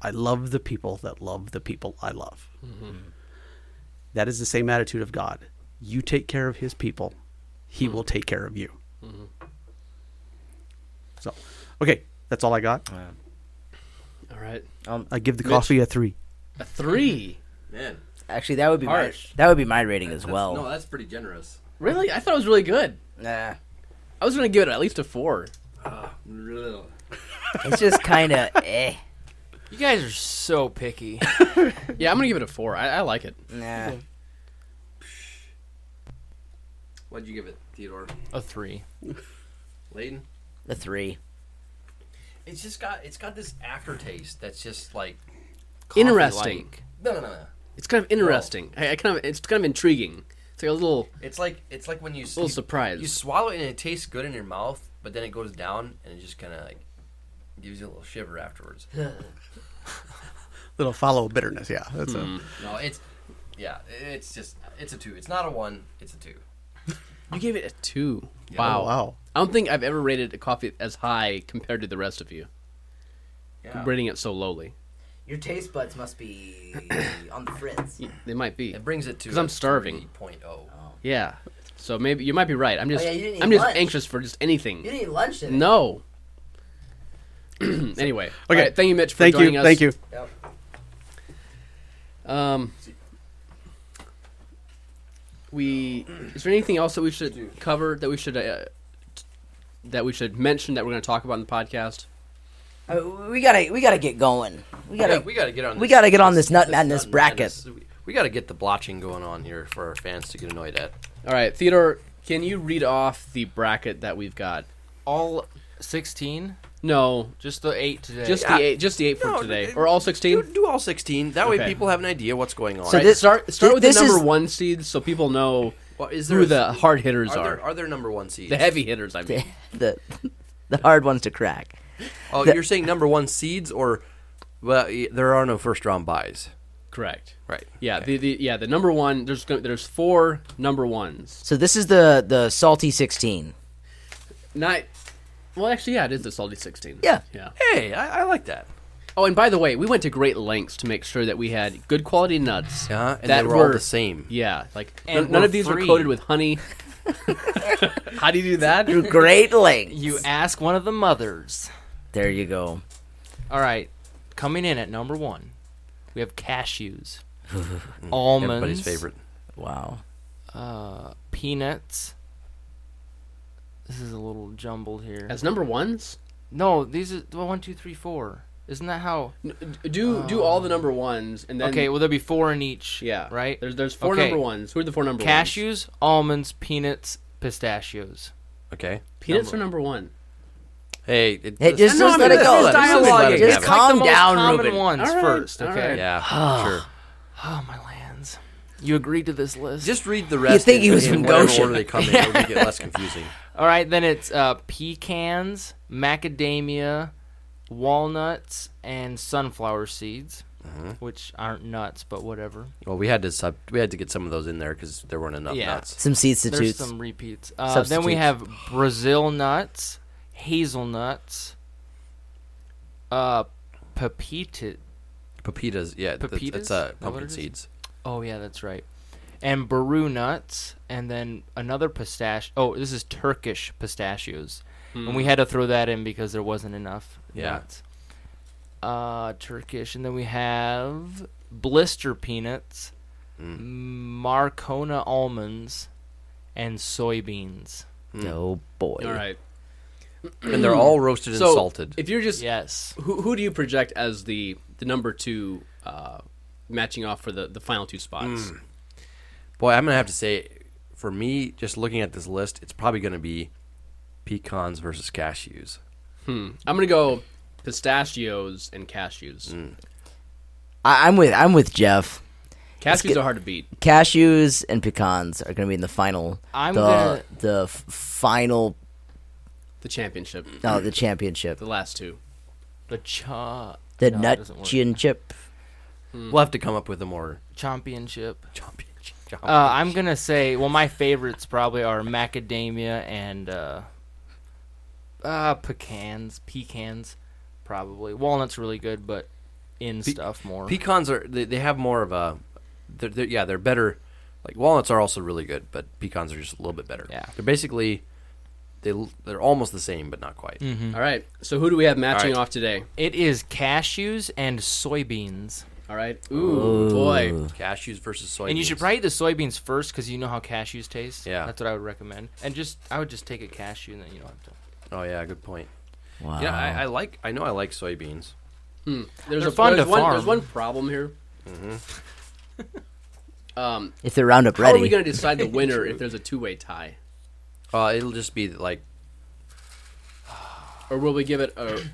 S6: I love the people that love the people I love. That is the same attitude of God. You take care of his people, he will take care of you. So, okay, that's all I got.
S4: All right.
S5: Um,
S6: I give the coffee a three.
S4: A three.
S9: Man,
S5: Actually, that would be my,
S9: Harsh.
S5: that would be my rating as
S9: that's-
S5: well.
S9: No, that's pretty generous.
S4: Really? I thought it was really good.
S5: nah,
S4: I was gonna give it at least a four.
S5: it's just kind of eh.
S7: You guys are so picky.
S4: Yeah, I'm gonna give it a four. I, I like it.
S5: Nah,
S9: What'd you give it, Theodore?
S7: A three.
S9: Layden?
S5: the three.
S9: It's just got it's got this aftertaste that's just like
S4: Interesting.
S7: Coffee-like.
S9: no no no. no.
S4: It's kind of interesting. I, I kind of it's kind of intriguing. It's like a little.
S9: It's like it's like when you s-
S4: Little
S9: you-
S4: surprise.
S9: You swallow it and it tastes good in your mouth, but then it goes down and it just kind of like gives you a little shiver afterwards.
S6: Little follow bitterness, yeah. That's a-
S4: Mm.
S9: no, it's yeah, it's just it's a two. It's not a one. It's a two.
S4: You gave it a two.
S6: oh,
S4: Wow.
S6: wow.
S4: I don't think I've ever rated a coffee as high compared to the rest of you.
S9: Yeah.
S4: Rating it so lowly,
S5: Your taste buds must be on the fritz.
S4: they might be.
S9: It brings it to
S4: 'Cause I'm
S9: a oh.
S4: starving.
S9: 3.0.
S4: Yeah. So maybe you might be right. I'm just
S5: yeah, you didn't eat
S4: I'm just
S5: lunch.
S4: anxious for just anything.
S5: didn't eat lunch today.
S4: No. anyway. Okay.
S6: Okay.
S4: thank you, Mitch, for
S6: Thank
S4: joining
S6: you.
S4: us.
S6: Thank you.
S4: Um, we is there anything else that we should cover that we should uh, t- that we should mention that we're going to talk about in the podcast?
S5: Uh, we gotta we gotta get going. We gotta
S9: Yeah, we gotta get on.
S5: we gotta get on this nut madness
S9: nut
S5: bracket.
S9: madness. We- We gotta get the blotching going on here for our fans to get annoyed at.
S4: All right, Theodore, can you read off the bracket that we've got?
S7: All 16?
S4: No,
S7: Just the eight today.
S4: just
S9: Yeah.
S4: the eight, just the eight for
S9: No,
S4: today,
S9: d-
S4: or all sixteen.
S9: Do, do all sixteen. That way,
S4: Okay.
S9: people have an idea what's going on.
S5: So
S4: All right,
S5: this-
S4: start start
S5: thi-
S4: with the
S5: this
S4: number
S5: is-
S4: one seeds, so people know
S9: Well, is
S4: who the hard hitters
S9: are
S4: are,
S9: there, are there number one seeds?
S4: the heavy hitters. I mean,
S5: the the hard ones to crack.
S9: oh,
S5: the-
S9: you're saying number one seeds or well, y- there are no first round buys,
S4: correct.
S9: right?
S4: Yeah, the, the yeah the number one. There's gonna, there's four number ones.
S5: So this is the the salty sixteen.
S4: Not. Well, actually, yeah, it is the salty sixteen.
S5: Yeah.
S4: yeah.
S9: Hey, I, I like that.
S4: Oh, and by the way, we went to great lengths to make sure that we had good quality nuts.
S9: Yeah, and
S4: that
S9: they were, all the same.
S4: Yeah, like
S7: And
S4: none, none
S7: were
S4: of these were
S7: free.
S4: coated with honey. How do you do that?
S5: Through great lengths.
S7: You ask one of the mothers.
S5: There you go.
S7: All right, coming in at number one, we have cashews, almonds,
S9: Everybody's favorite.
S5: Wow.
S7: peanuts. This is a little jumbled here.
S4: As number ones,
S7: no, these are well, one, two, three, four. Isn't that how?
S4: N- do do all the number ones and then
S7: okay, well there'll be four in each.
S4: yeah,
S7: right.
S4: There's there's four
S7: Okay.
S4: number ones. Who are the four number ones?
S7: cashews, almonds, peanuts, pistachios.
S9: Okay.
S4: Peanuts are number one.
S9: Hey, it,
S5: Hey,
S9: this-
S5: just,
S9: no,
S5: just
S9: I mean,
S5: let it
S9: this-
S5: go.
S9: this
S5: Just,
S9: dialogue
S5: let it
S9: is
S5: go. Just
S9: just
S7: Like the
S5: calm
S7: most
S5: down,
S7: common
S5: Ruben.
S7: ones
S4: All right,
S7: first,
S4: all
S7: okay?
S4: right.
S7: Ah.
S9: Yeah, sure.
S7: Oh my lands, you agreed to this list.
S9: Just read the rest.
S5: think
S9: in-
S5: he was
S9: in
S5: from
S9: whatever
S5: Goshen.
S9: order they come in, it'll get less confusing.
S7: All right, then it's uh, pecans, macadamia, walnuts, and sunflower seeds,
S5: Uh-huh.
S7: which aren't nuts, but whatever.
S9: Well, we had to sub, we had to get some of those in there because there weren't enough
S7: Yeah.
S9: nuts.
S5: Some seed
S7: There's
S5: substitutes.
S7: some repeats. Uh, then we
S5: Substitutes.
S7: have Brazil nuts, hazelnuts, uh, pepita.
S9: Pepitas, yeah, th-
S7: Pepitas?
S9: that's
S7: Is that
S9: uh,
S7: what
S9: pumpkin
S7: it is?
S9: seeds.
S7: Oh yeah, that's right. And baru nuts, and then another pistachio. Oh, this is Turkish pistachios, and we had to throw that in because there wasn't enough
S9: Yeah.
S7: nuts. Uh, Turkish, and then we have blister peanuts, Marcona almonds, and soybeans.
S5: Oh boy.
S4: All right.
S9: And they're all roasted and
S4: So
S9: salted.
S4: if you're just
S7: Yes,
S4: who who do you project as the the number two uh, matching off for the the final two spots?
S9: Boy, I'm gonna have to say, for me, just looking at this list, it's probably gonna be pecans versus cashews.
S4: I'm gonna go pistachios and cashews.
S5: I, I'm with I'm with Jeff.
S4: Cashews
S5: get-
S4: are hard to beat.
S5: Cashews and pecans are going to be in the final.
S7: I'm
S5: the
S7: gonna-
S5: the f- final.
S4: The championship,
S5: No, the championship.
S4: the last two.
S7: the cha
S5: The
S7: no, it
S5: nut
S7: doesn't work.
S5: championship.
S7: Mm.
S9: We'll have to come up with a more
S7: championship.
S9: chompy. chompy-
S7: Uh, I'm gonna say, well, my favorites probably are macadamia and uh, uh, pecans, pecans, probably. Walnuts are really good, but in stuff more.
S9: pecans are they, they have more of a, they're, they're, yeah, they're better. Like walnuts are also really good, but pecans are just a little bit better.
S7: Yeah.
S9: they're basically they l- they're almost the same, but not quite.
S7: Mm-hmm. Hmm.
S4: All right. So who do we have matching
S9: All right.
S4: off today?
S7: it is cashews and soybeans,
S4: All right. Ooh, boy.
S9: Cashews versus soybeans.
S7: and you should probably eat the soybeans first because you know how cashews taste.
S9: Yeah.
S7: that's what I would recommend. And just, I would just take a cashew, and then you don't have to.
S9: Oh yeah, good point. Uh-huh.
S5: Wow.
S9: Yeah, I, I like. I know I like soybeans.
S4: There's
S7: They're
S4: a
S7: fun
S4: there's
S7: to
S4: one,
S7: farm.
S4: There's one problem here. um,
S5: if they're Roundup
S4: how
S5: ready.
S4: are we going to decide the winner if there's a two-way tie,
S9: Uh, it'll just be like
S4: or will we give it a? I don't,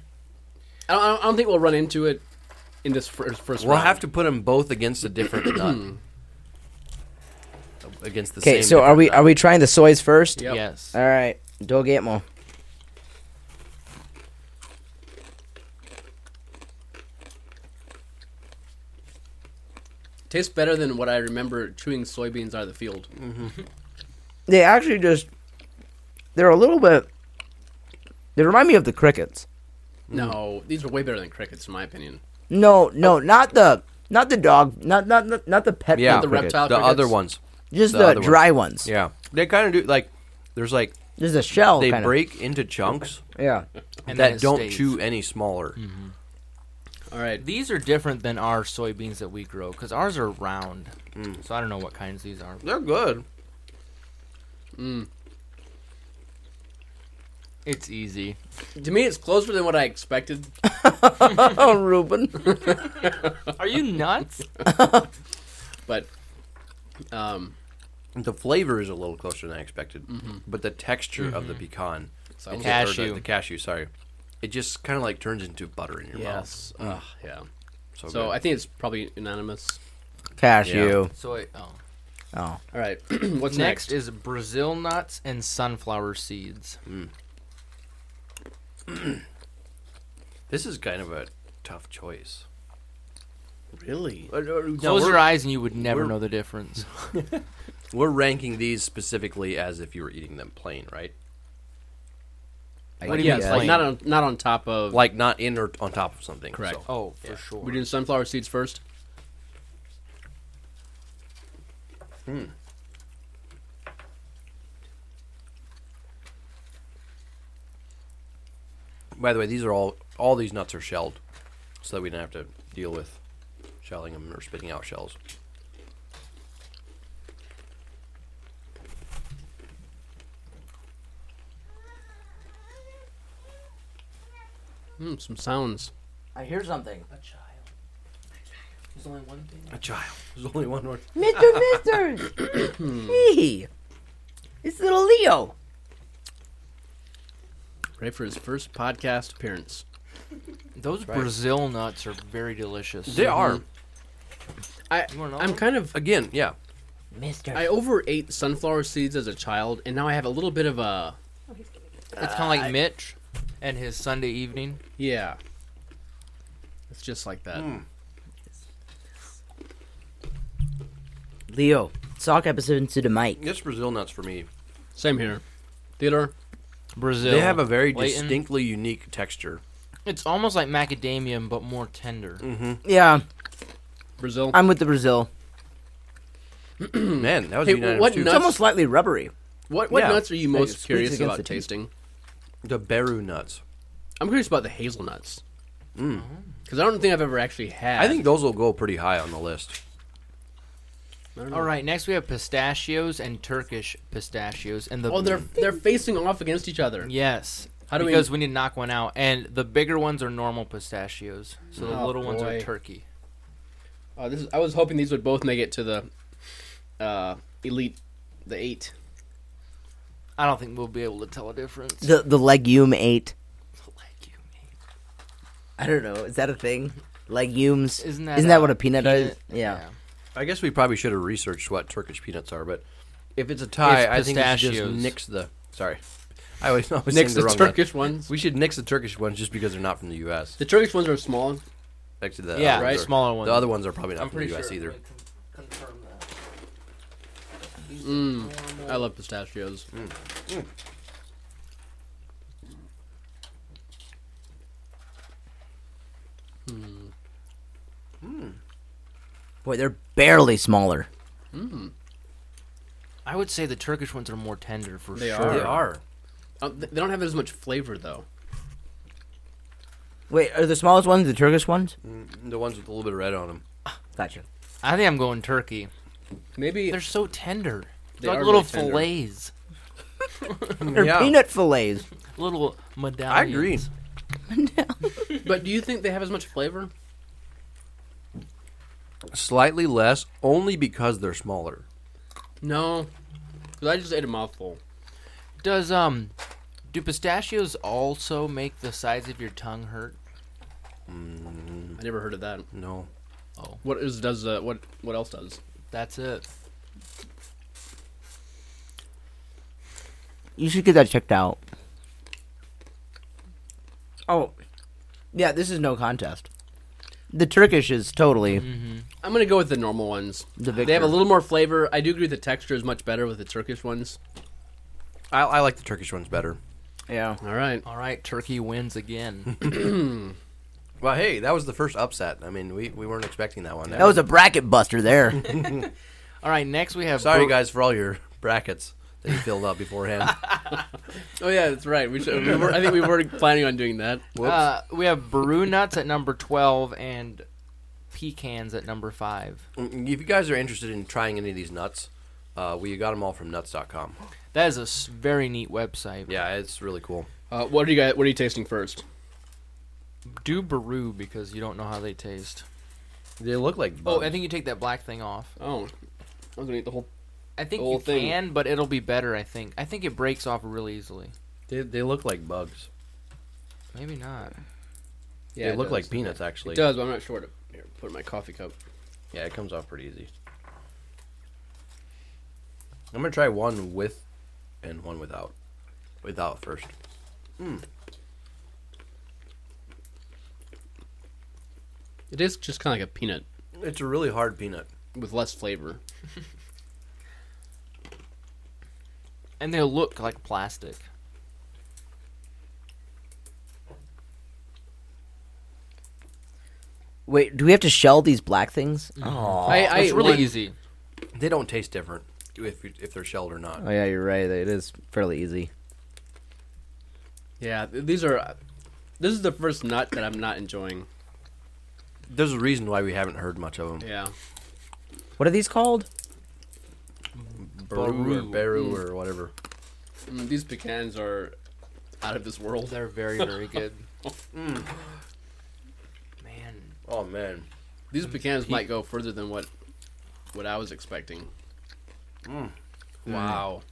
S4: I don't think we'll run into it in this first, first
S9: we'll
S4: round.
S9: have to put them both against a different nut. against the same.
S5: Okay, so are
S9: different
S5: we
S9: nut.
S5: are we trying the soys first?
S4: Yep.
S7: Yes.
S5: All right, Dolgetmo.
S4: Tastes better than what I remember chewing soybeans out of the field.
S9: Mm-hmm.
S5: They actually just they're a little bit. They remind me of the crickets.
S4: No, these are way better than crickets, in my opinion.
S5: No, no, not the not the dog, not not not, not the pet.
S9: Yeah,
S5: one
S4: the
S5: cricket.
S4: reptile
S9: the
S4: crickets?
S9: other ones?
S5: Just
S9: the
S5: the,
S9: other one.
S5: dry ones.
S9: Yeah, they kind of do like. There's like
S5: Just a shell.
S9: they
S5: kinda.
S9: break into chunks
S5: Yeah.
S7: And then
S9: that
S7: it
S9: don't
S7: stays.
S9: chew any smaller.
S4: All right.
S7: These are different than our soybeans that we grow because ours are round. So I don't know what kinds these are.
S9: Mm. They're good.
S7: It's easy.
S4: To me, it's closer than what I expected.
S5: Oh, Ruben.
S7: Are you nuts?
S4: But um,
S9: The flavor is a little closer than I expected, but the texture of the pecan,
S4: so
S9: it
S4: I'm
S9: just-
S4: gonna-
S7: Cashew.
S9: or the- the cashew, sorry, it just kind of like turns into butter in your
S4: yes, Ugh, yeah.
S9: mouth.
S4: So
S9: good.
S4: I think it's probably unanimous.
S5: Cashew.
S7: so I, oh.
S5: Oh.
S4: All right, what's
S7: next
S4: next?
S7: is Brazil nuts and sunflower seeds.
S9: this is kind of a tough choice.
S4: really?
S9: uh,
S7: Close your eyes and you would never
S9: we're-
S7: know the difference.
S9: We're ranking these specifically as if you were eating them plain, right?
S5: I
S7: What do you mean
S4: Yes,
S5: guess.
S4: like not on not on top of.
S9: Like not in or on top of something.
S4: Correct.
S9: so-
S7: Oh, for sure.
S4: we're doing sunflower seeds first.
S9: By the way, these are all all these nuts are shelled, so that we don't have to deal with shelling them or spitting out shells.
S4: Hmm, some sounds.
S5: I hear something.
S9: A child. There's only one word.
S5: Mr. Mister! hey! It's little Leo.
S4: Ready for his first podcast appearance.
S7: Those Brazil nuts are very delicious.
S4: Mm-hmm.
S9: They are
S4: I
S7: You want another
S4: I'm
S7: one?
S4: kind of
S9: again, yeah.
S5: Mister.
S4: I overate sunflower seeds as a child, and now I have a little bit of a
S7: It's kind of like Mitch and his Sunday evening.
S4: yeah. It's just like that.
S9: Hmm.
S5: Leo. Sock episode into the mic.
S9: This Brazil nuts for me.
S4: Same here. Theodore,
S7: Brazil.
S9: They have a very
S7: Layton.
S9: distinctly unique texture.
S7: It's almost like macadamia, but more tender.
S5: Yeah,
S4: Brazil.
S5: I'm with the Brazil.
S9: Man, that was
S4: Hmm. Hey,
S9: a unanimous
S4: what
S9: too.
S4: nut-
S5: It's
S4: Nuts.
S5: almost slightly rubbery.
S4: what what
S9: yeah.
S4: nuts are you
S5: Like, it
S4: most
S5: squeaks
S4: curious
S5: against
S4: about
S5: the teeth.
S4: tasting?
S9: The Beru nuts.
S4: I'm curious about the hazelnuts. Because I don't think I've ever actually had.
S9: Hmm. I think those will go pretty high on the list.
S7: All right, next we have pistachios and Turkish pistachios, and the
S4: Oh, they're
S9: Hmm.
S4: they're facing off against each other.
S7: yes.
S4: How do we-
S7: because we... need to knock one out, and the bigger ones are normal pistachios, so the
S4: Oh,
S7: little ones are
S4: boy.
S7: turkey.
S4: Oh, this is, I was hoping these would both make it to the uh, elite, the eight.
S7: I don't think we'll be able to tell a difference.
S5: The the legume ate.
S7: Like you, mate.
S5: I don't know. Is that a thing? Legumes.
S7: Isn't that
S5: Isn't that
S7: a
S5: what a peanut,
S7: peanut?
S5: is? Yeah.
S9: I guess we probably should have researched what Turkish peanuts are, but if it's a tie, I think we should just
S7: pistachios.
S9: nix the. Sorry, I always, I always
S4: Nix
S9: sing
S4: the,
S9: wrong
S4: Turkish
S9: one.
S4: ones.
S9: We should nix the Turkish ones just because they're not from the U.S.
S4: The Turkish ones are small.
S9: Next to the
S7: Yeah,
S9: other
S7: right,
S9: are-
S7: smaller ones.
S9: The other ones are probably not
S4: I'm
S9: from the
S4: pretty
S9: U.S.
S4: sure.
S9: either.
S4: I love pistachios.
S5: Boy, they're barely smaller.
S7: I would say the Turkish ones are more tender for
S4: They
S7: sure.
S4: are.
S9: They are.
S4: Uh, th- they don't have as much flavor though.
S5: Wait, are the smallest ones the Turkish ones?
S7: Mm.
S9: The ones with a little bit of red on them.
S5: Gotcha.
S7: I think I'm going turkey.
S4: Maybe
S7: They're so tender.
S4: They
S7: They're like
S4: are
S7: little
S4: really tender.
S7: fillets,
S5: They're
S9: Yeah.
S5: peanut fillets.
S7: little
S9: I
S7: medallions.
S9: agree.
S4: But do you think they have as much flavor?
S9: Slightly less, only because they're smaller.
S4: No, because I just ate a mouthful.
S7: Does um, do pistachios also make the sides of your tongue hurt?
S4: I never heard of that.
S9: No.
S4: What is does uh, what what else does?
S7: That's it.
S5: You should get that checked out. Oh, yeah. This is no contest. The Turkish is totally.
S4: I'm gonna go with the normal ones.
S5: The
S4: they have
S5: victor.
S4: a little more flavor. I do agree the texture is much better with the Turkish ones.
S9: I, I like the Turkish ones better.
S5: Yeah.
S4: All right,
S7: All right, turkey wins again.
S9: Well, hey, that was the first upset. I mean, we, we weren't expecting that one.
S5: That was a bracket buster there.
S7: All right, next we have
S9: Sorry,
S7: Bur-
S9: guys, for all your brackets that you filled out beforehand.
S4: Oh yeah, that's right. We should. We were, I think we were planning on doing that.
S7: Uh, we have Baru nuts at number twelve and pecans at number five.
S9: Mm, If you guys are interested in trying any of these nuts, uh, we got them all from nuts.com.
S7: That is a s- very neat website.
S9: Yeah, it's really cool.
S4: Uh, what are you guys? What are you tasting first?
S7: Do Baru because you don't know how they taste.
S9: They look like
S7: Oh,
S9: bugs.
S7: I think you take that black thing off.
S4: Oh, I was gonna eat the whole.
S7: I think
S4: The
S7: you
S4: whole thing.
S7: can, but it'll be better. I think. I think it breaks off really easily.
S9: they, they look like bugs.
S7: Maybe not.
S4: Yeah,
S9: they
S4: it
S9: look
S4: does.
S9: like peanuts, actually.
S4: It does, but I'm not sure to here, put it in my coffee cup.
S9: Yeah, it comes off pretty easy. I'm gonna try one with and one without. Without first.
S4: It is just kind of like a peanut
S9: It's a really hard peanut.
S4: with less flavor.
S7: And they look like plastic.
S5: Wait, do we have to shell these black things? Oh.
S4: I, I
S7: it's
S4: ate
S7: really
S4: one-
S7: easy.
S9: They don't taste different if you- if they're shelled or not.
S5: oh yeah, you're right. It is fairly easy.
S4: Yeah, th- these are. This is the first nut that I'm not enjoying.
S9: There's a reason why we haven't heard much of them.
S4: Yeah,
S5: What are these called?
S9: Baru or
S4: Baru.
S9: Beru or whatever.
S4: Mm, these pecans are out of this world.
S7: They're very very good. Man,
S9: Oh man,
S4: These pecans might go further than what what I was expecting.
S7: Mm.
S4: Mm. Wow.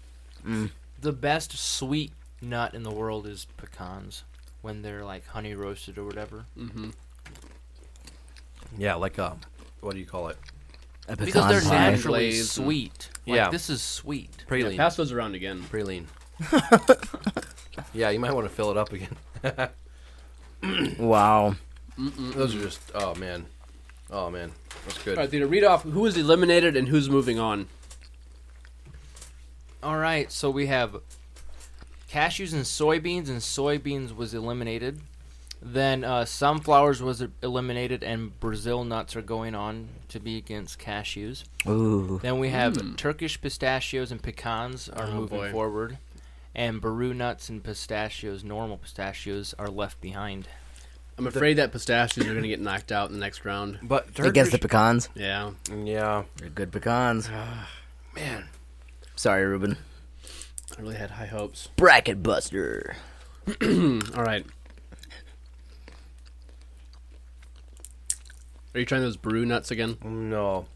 S7: the best sweet nut in the world is pecans when they're like honey roasted or whatever.
S9: yeah, like um, what do you call it?
S5: A
S7: Because they're
S5: pecan pie.
S7: naturally
S4: Glazed and-
S7: sweet. Like,
S9: Yeah.
S7: this is sweet.
S9: Praline.
S4: Pass those around again.
S9: Praline. yeah, you might want to fill it up again.
S5: Wow.
S9: Those are just oh man, oh man, that's good.
S4: All right, Theodore, read off who is eliminated and who's moving on.
S7: All right, so we have cashews and soybeans, and soybeans was eliminated. Then uh, sunflowers was eliminated, and Brazil nuts are going on to be against cashews.
S5: Ooh.
S7: Then we have Turkish pistachios and pecans are
S4: Oh,
S7: moving
S4: boy.
S7: forward, and Baru nuts and pistachios, normal pistachios, are left behind.
S4: I'm afraid that pistachios are going to get knocked out in the next round.
S9: but Turkish,
S5: Against the pecans.
S4: Yeah.
S9: yeah,
S5: They're good pecans.
S9: man,
S5: Sorry, Ruben.
S4: I really had high hopes.
S5: Bracket buster.
S4: All right. Are you trying those brew nuts again?
S9: no,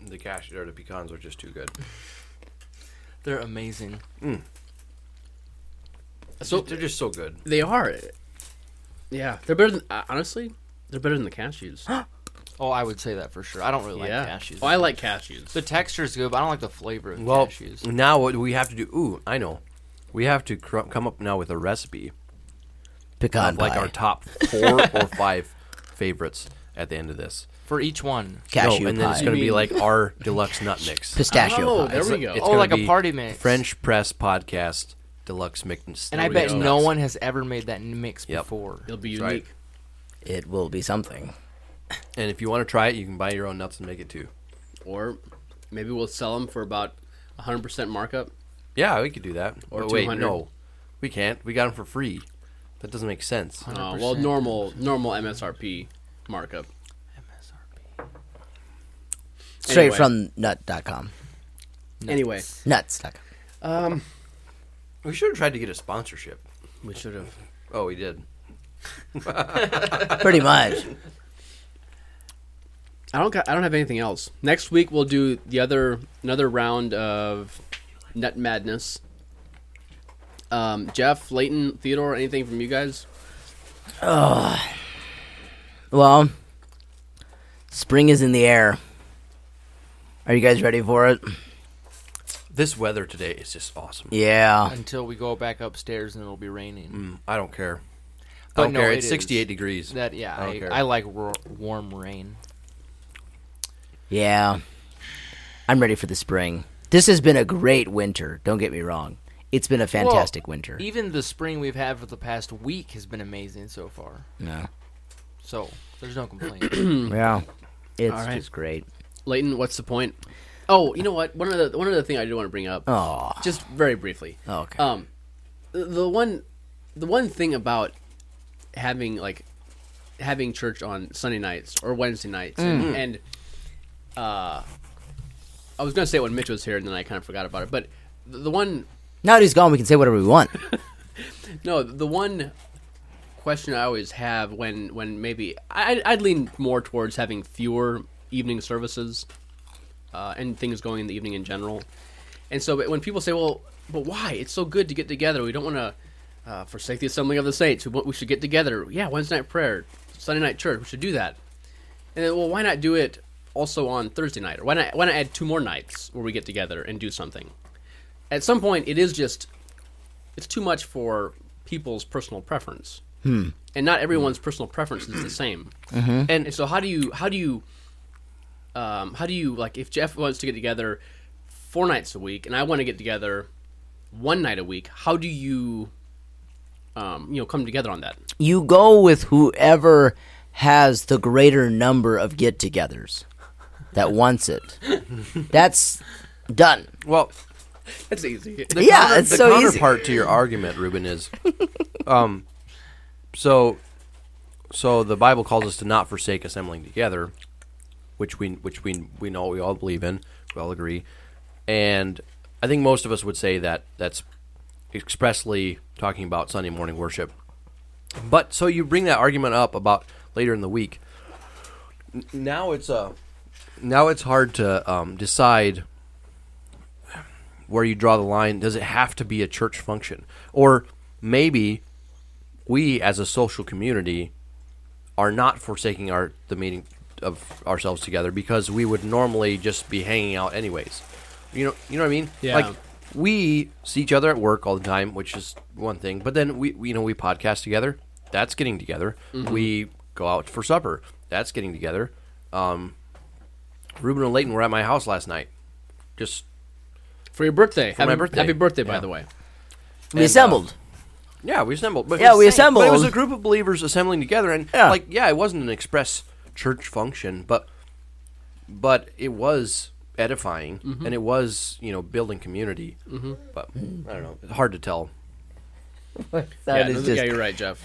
S9: the cash or the pecans are just too good.
S7: They're amazing.
S4: So
S9: They're just so good.
S4: they are. Yeah, they're better than uh, honestly. They're better than the cashews.
S7: Oh, I would say that for sure. I don't really
S4: yeah.
S7: like cashews.
S4: Oh, I like cashews.
S7: the texture is good, but I don't like the flavor of
S9: Well,
S7: cashews.
S9: now what do we have to do? Ooh, I know. We have to cr- come up now with a recipe
S5: Pecan
S9: of like
S5: pie.
S9: our top four or five favorites at the end of this.
S7: For each one,
S5: Cashew
S9: no, and then it's
S5: pie.
S9: going to be like our deluxe nut mix.
S5: Pistachio
S4: Oh,
S5: pie.
S4: there we go.
S9: It's
S7: Oh,
S9: gonna
S7: like a
S9: be
S7: party mix.
S9: French press podcast deluxe mix.
S7: And I bet no one has ever made that mix
S9: Yep.
S7: before.
S4: It'll be
S9: That's
S4: unique.
S9: right.
S5: It will be something.
S9: And if you want to try it, you can buy your own nuts and make it too.
S4: Or maybe we'll sell them for about 100% markup.
S9: Yeah, we could do that.
S4: Or
S9: But wait,
S4: 200.
S9: no, we can't. We got them for free. That doesn't make sense.
S4: Uh, well, normal normal MSRP markup.
S5: Straight
S4: Anyway.
S5: from nut.com.
S4: Anyway,
S5: Nuts.com.
S9: We should have tried to get a sponsorship.
S4: we should have.
S9: Oh, we did.
S5: Pretty much.
S4: I don't. Got, I don't have anything else. Next week we'll do the other another round of Nut Madness. Um, Jeff, Leighton, Theodore, anything from you guys?
S5: Well, spring is in the air. Are you guys ready for it?
S9: This weather today is just awesome.
S5: Yeah.
S7: Until we go back upstairs and it'll be raining.
S9: Mm, I don't care.
S7: But
S9: I don't
S7: no,
S9: care.
S7: it
S9: It's
S7: is.
S9: 68 degrees.
S7: That yeah,
S9: I don't
S7: I,
S9: care.
S7: I, like ro- warm rain.
S5: Yeah. I'm ready for the spring. This has been a great winter, don't get me wrong. It's been a fantastic
S7: Well,
S5: winter.
S7: Even the spring we've had for the past week has been amazing so far.
S5: Yeah.
S7: So there's no complaint.
S5: Yeah.
S4: Mm. All
S5: It's
S4: right.
S5: just great.
S4: Leighton, what's the point? Oh, you know what? One other one other thing I did want to bring up,
S5: Oh.
S4: just very briefly.
S5: Okay.
S4: Um, the, the one, the one thing about having like having church on Sunday nights or Wednesday nights, and, and uh, I was gonna say it when Mitch was here, and then I kind of forgot about it. But the, the one
S5: now that he's gone, we can say whatever we want.
S4: No, the one question I always have when when maybe I, I'd lean more towards having fewer evening services uh, and things going in the evening in general. And so but when people say, "Well, but why? It's so good to get together. We don't want to uh, forsake the assembling of the saints. We, want- we should get together. Yeah, Wednesday night prayer, Sunday night church. We should do that." And then, well, why not do it also on Thursday night? Or why not why not add two more nights where we get together and do something? At some point, it is just it's too much for people's personal preference,
S5: Hmm.
S4: and not everyone's personal preference is the same.
S5: Mm-hmm.
S4: And, and so, how do you how do you um, how do you like if Jeff wants to get together four nights a week, and I want to get together one night a week? How do you um, you know come together on that?
S5: You go with whoever has the greater number of get-togethers that wants it. That's done.
S9: Well,
S4: That's easy.
S5: yeah, it's
S9: the
S5: so easy.
S9: counterpart to your argument, Ruben, is, um, so, so the Bible calls us to not forsake assembling together, which we which we we know we all believe in, we all agree, and I think most of us would say that that's expressly talking about Sunday morning worship. But so you bring that argument up about later in the week. N- Now it's a now it's hard to um, decide where you draw the line. Does it have to be a church function? Or maybe we as a social community are not forsaking our the meeting of ourselves together because we would normally just be hanging out anyways. You know you know what I mean?
S4: Yeah.
S9: Like we see each other at work all the time, which is one thing, but then we we- you know we podcast together. That's getting together. We go out for supper. That's getting together. Um, Ruben and Leighton were at my house last night. Just
S4: For your birthday, happy,
S9: my birthday.
S4: Happy birthday, by
S9: Yeah.
S4: the way.
S5: we assembled.
S9: Yeah, we assembled. But
S5: Yeah, we
S9: But it was
S5: assembled.
S9: a group of believers assembling together, and
S5: Yeah.
S9: like, yeah, it wasn't an express church function, but but it was edifying,
S5: Mm-hmm.
S9: and it was you know building community. Mm-hmm. But I don't know, it's hard to tell.
S5: That
S4: yeah,
S5: is
S4: no, yeah,
S5: just
S4: you're right, Jeff.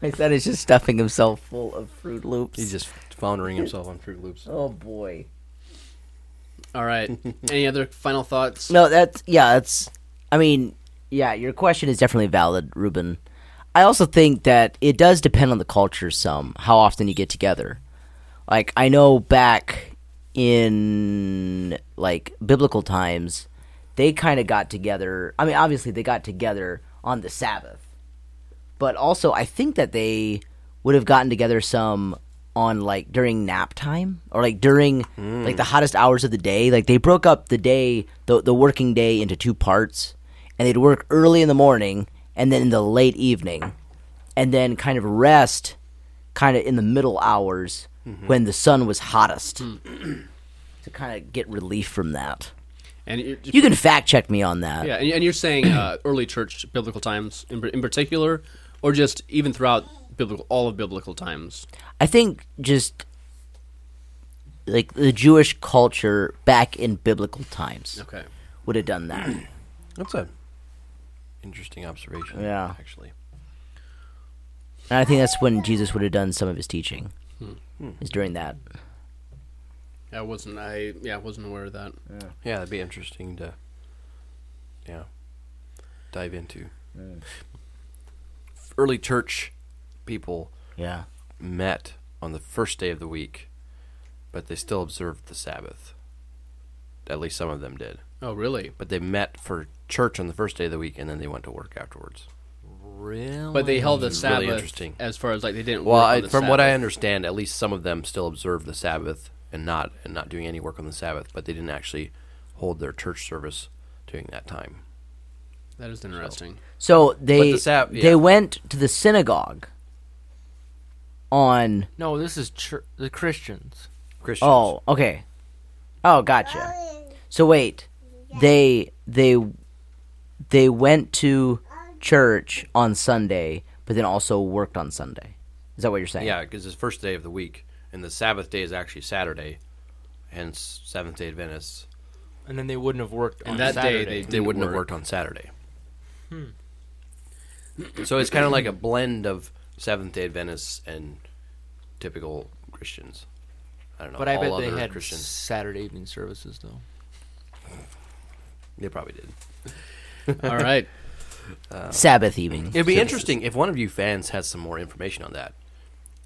S5: my son is just stuffing himself full of Fruit Loops.
S9: He's just foundering himself on Fruit Loops.
S5: oh boy.
S4: All right. Any other final thoughts?
S5: No, that's yeah, that's I mean, yeah, your question is definitely valid, Ruben. I also think that it does depend on the culture some, how often you get together. Like I know back in like biblical times, they kind of got together. I mean, obviously they got together on the Sabbath. But also I think that they would have gotten together some on like during nap time or like during like the hottest hours of the day. Like they broke up the day the the working day into two parts and they'd work early in the morning and then in the late evening and then kind of rest kind of in the middle hours when the sun was hottest to kind of get relief from that.
S4: And you're,
S5: You can fact check me on that.
S4: yeah, and, and you're saying uh, early church biblical times in, in particular, or just even throughout biblical all of biblical times.
S5: I think just like the Jewish culture back in biblical times
S4: Okay.
S5: would have done that.
S9: That's a interesting observation.
S5: Yeah.
S9: actually,
S5: And I think that's when Jesus would have done some of his teaching.
S9: Hmm.
S5: Is during that.
S4: I wasn't. I yeah, I wasn't aware of that.
S9: yeah, that'd be interesting to yeah dive into.
S4: Mm.
S9: Early church people
S5: Yeah.
S9: met on the first day of the week, but they still observed the Sabbath. At least some of them did.
S4: Oh, really?
S9: But they met for church on the first day of the week, and then they went to work afterwards.
S7: Really?
S4: But they held the
S9: This is really
S4: Sabbath
S9: interesting.
S4: as far as like they didn't.
S9: Well,
S4: work on
S9: I,
S4: the
S9: from what I
S4: Sabbath.
S9: understand, at least some of them still observed the Sabbath and not and not doing any work on the Sabbath, but they didn't actually hold their church service during that time.
S4: that is interesting.
S5: So they
S9: the Sab- yeah.
S5: they went to the synagogue on
S7: no, this is chur the Christians.
S9: Christians.
S5: Oh, okay. Oh, gotcha. So wait, they they they went to church on Sunday, but then also worked on Sunday. Is that what you're saying?
S9: Yeah, because it's first day of the week, and the Sabbath day is actually Saturday, hence Seventh Day Adventists.
S7: And then they wouldn't have worked on
S4: that day
S7: Saturday.
S4: they-
S9: they wouldn't have worked on Saturday.
S7: Hmm.
S9: So it's kind of like a blend of Seventh Day Adventists and typical Christians. I don't know.
S7: but I
S9: all
S7: bet
S9: other
S7: they had
S9: Christians.
S7: Saturday evening services though.
S9: They probably did.
S4: All right.
S5: Sabbath evening.
S9: It'd be interesting if one of you fans has some more information on that.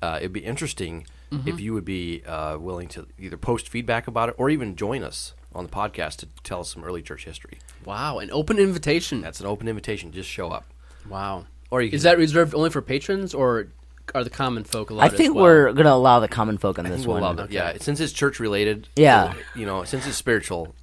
S9: Uh, it'd be interesting
S7: Mm-hmm.
S9: if you would be uh, willing to either post feedback about it or even join us on the podcast to tell us some early church history.
S4: Wow, an open invitation.
S9: That's an open invitation. Just show up.
S4: wow.
S9: Or you
S4: is
S9: can-
S4: that reserved only for patrons, or are the common folk allowed?
S5: I think
S4: as well?
S5: we're gonna allow the common folk on this
S9: We'll
S5: one.
S9: allow that. Yeah, since it's church related.
S5: Yeah.
S9: You know, since it's spiritual,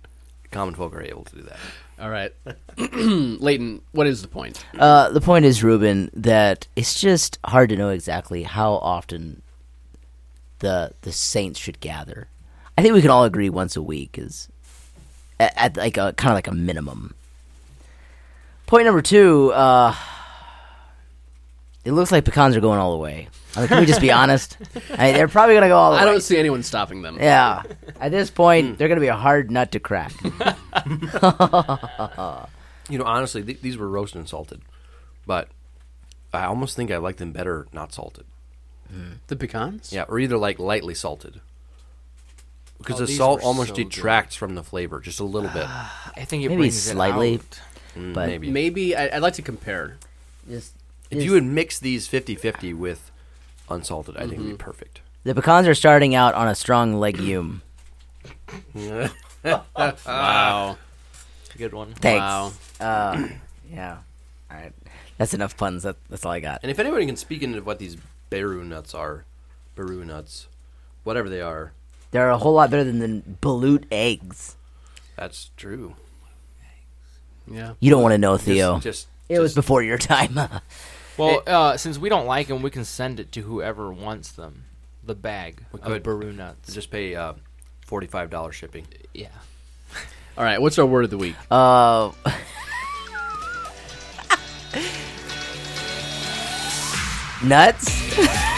S9: common folk are able to do that.
S4: all right. Leighton, what is the point?
S5: Uh, the point is, Ruben, that it's just hard to know exactly how often the the saints should gather. I think we can all agree once a week is at, at like a kind of like a minimum. Point number two. Uh, it looks like pecans are going all the way. I mean, can we just be honest? I mean, they're probably gonna go all the
S4: I
S5: way.
S4: don't Hmm. see anyone stopping them.
S5: Yeah. At this point, they're going to be a hard nut to crack.
S9: You know, honestly, th- these were roasted and salted, but I almost think I like them better not salted.
S4: The pecans?
S9: Yeah, or either like lightly salted. Because
S7: Oh,
S9: the
S7: these
S9: salt
S7: were
S9: almost
S7: so good. Ah,
S9: detracts from the flavor just a little bit.
S7: I think it
S5: Maybe
S7: brings
S5: slightly.
S7: It out.
S9: Mm,
S5: But-
S9: maybe.
S4: Maybe I, I'd like to compare.
S5: Just,
S9: If you would mix these 50-50 with unsalted, I think
S7: Mm-hmm.
S9: it'd be perfect.
S5: the pecans are starting out on a strong legume.
S4: Wow.
S7: Good one.
S5: Thanks.
S4: Wow.
S5: Uh, yeah. All right. That's enough puns. That, that's all I got.
S9: And if anybody can speak into what these beru nuts are, beru nuts, whatever they are,
S5: They're a whole lot better than the balut eggs.
S9: that's true.
S4: Yeah.
S5: You don't want to know, Theo.
S9: Just, just
S5: it was before your time.
S7: Well, uh, since we don't like them, we can send it to whoever wants them. The bag
S9: could.
S7: of Baru nuts.
S9: just pay uh, forty-five dollars shipping.
S7: yeah.
S4: All right. What's our word of the week?
S5: uh, nuts?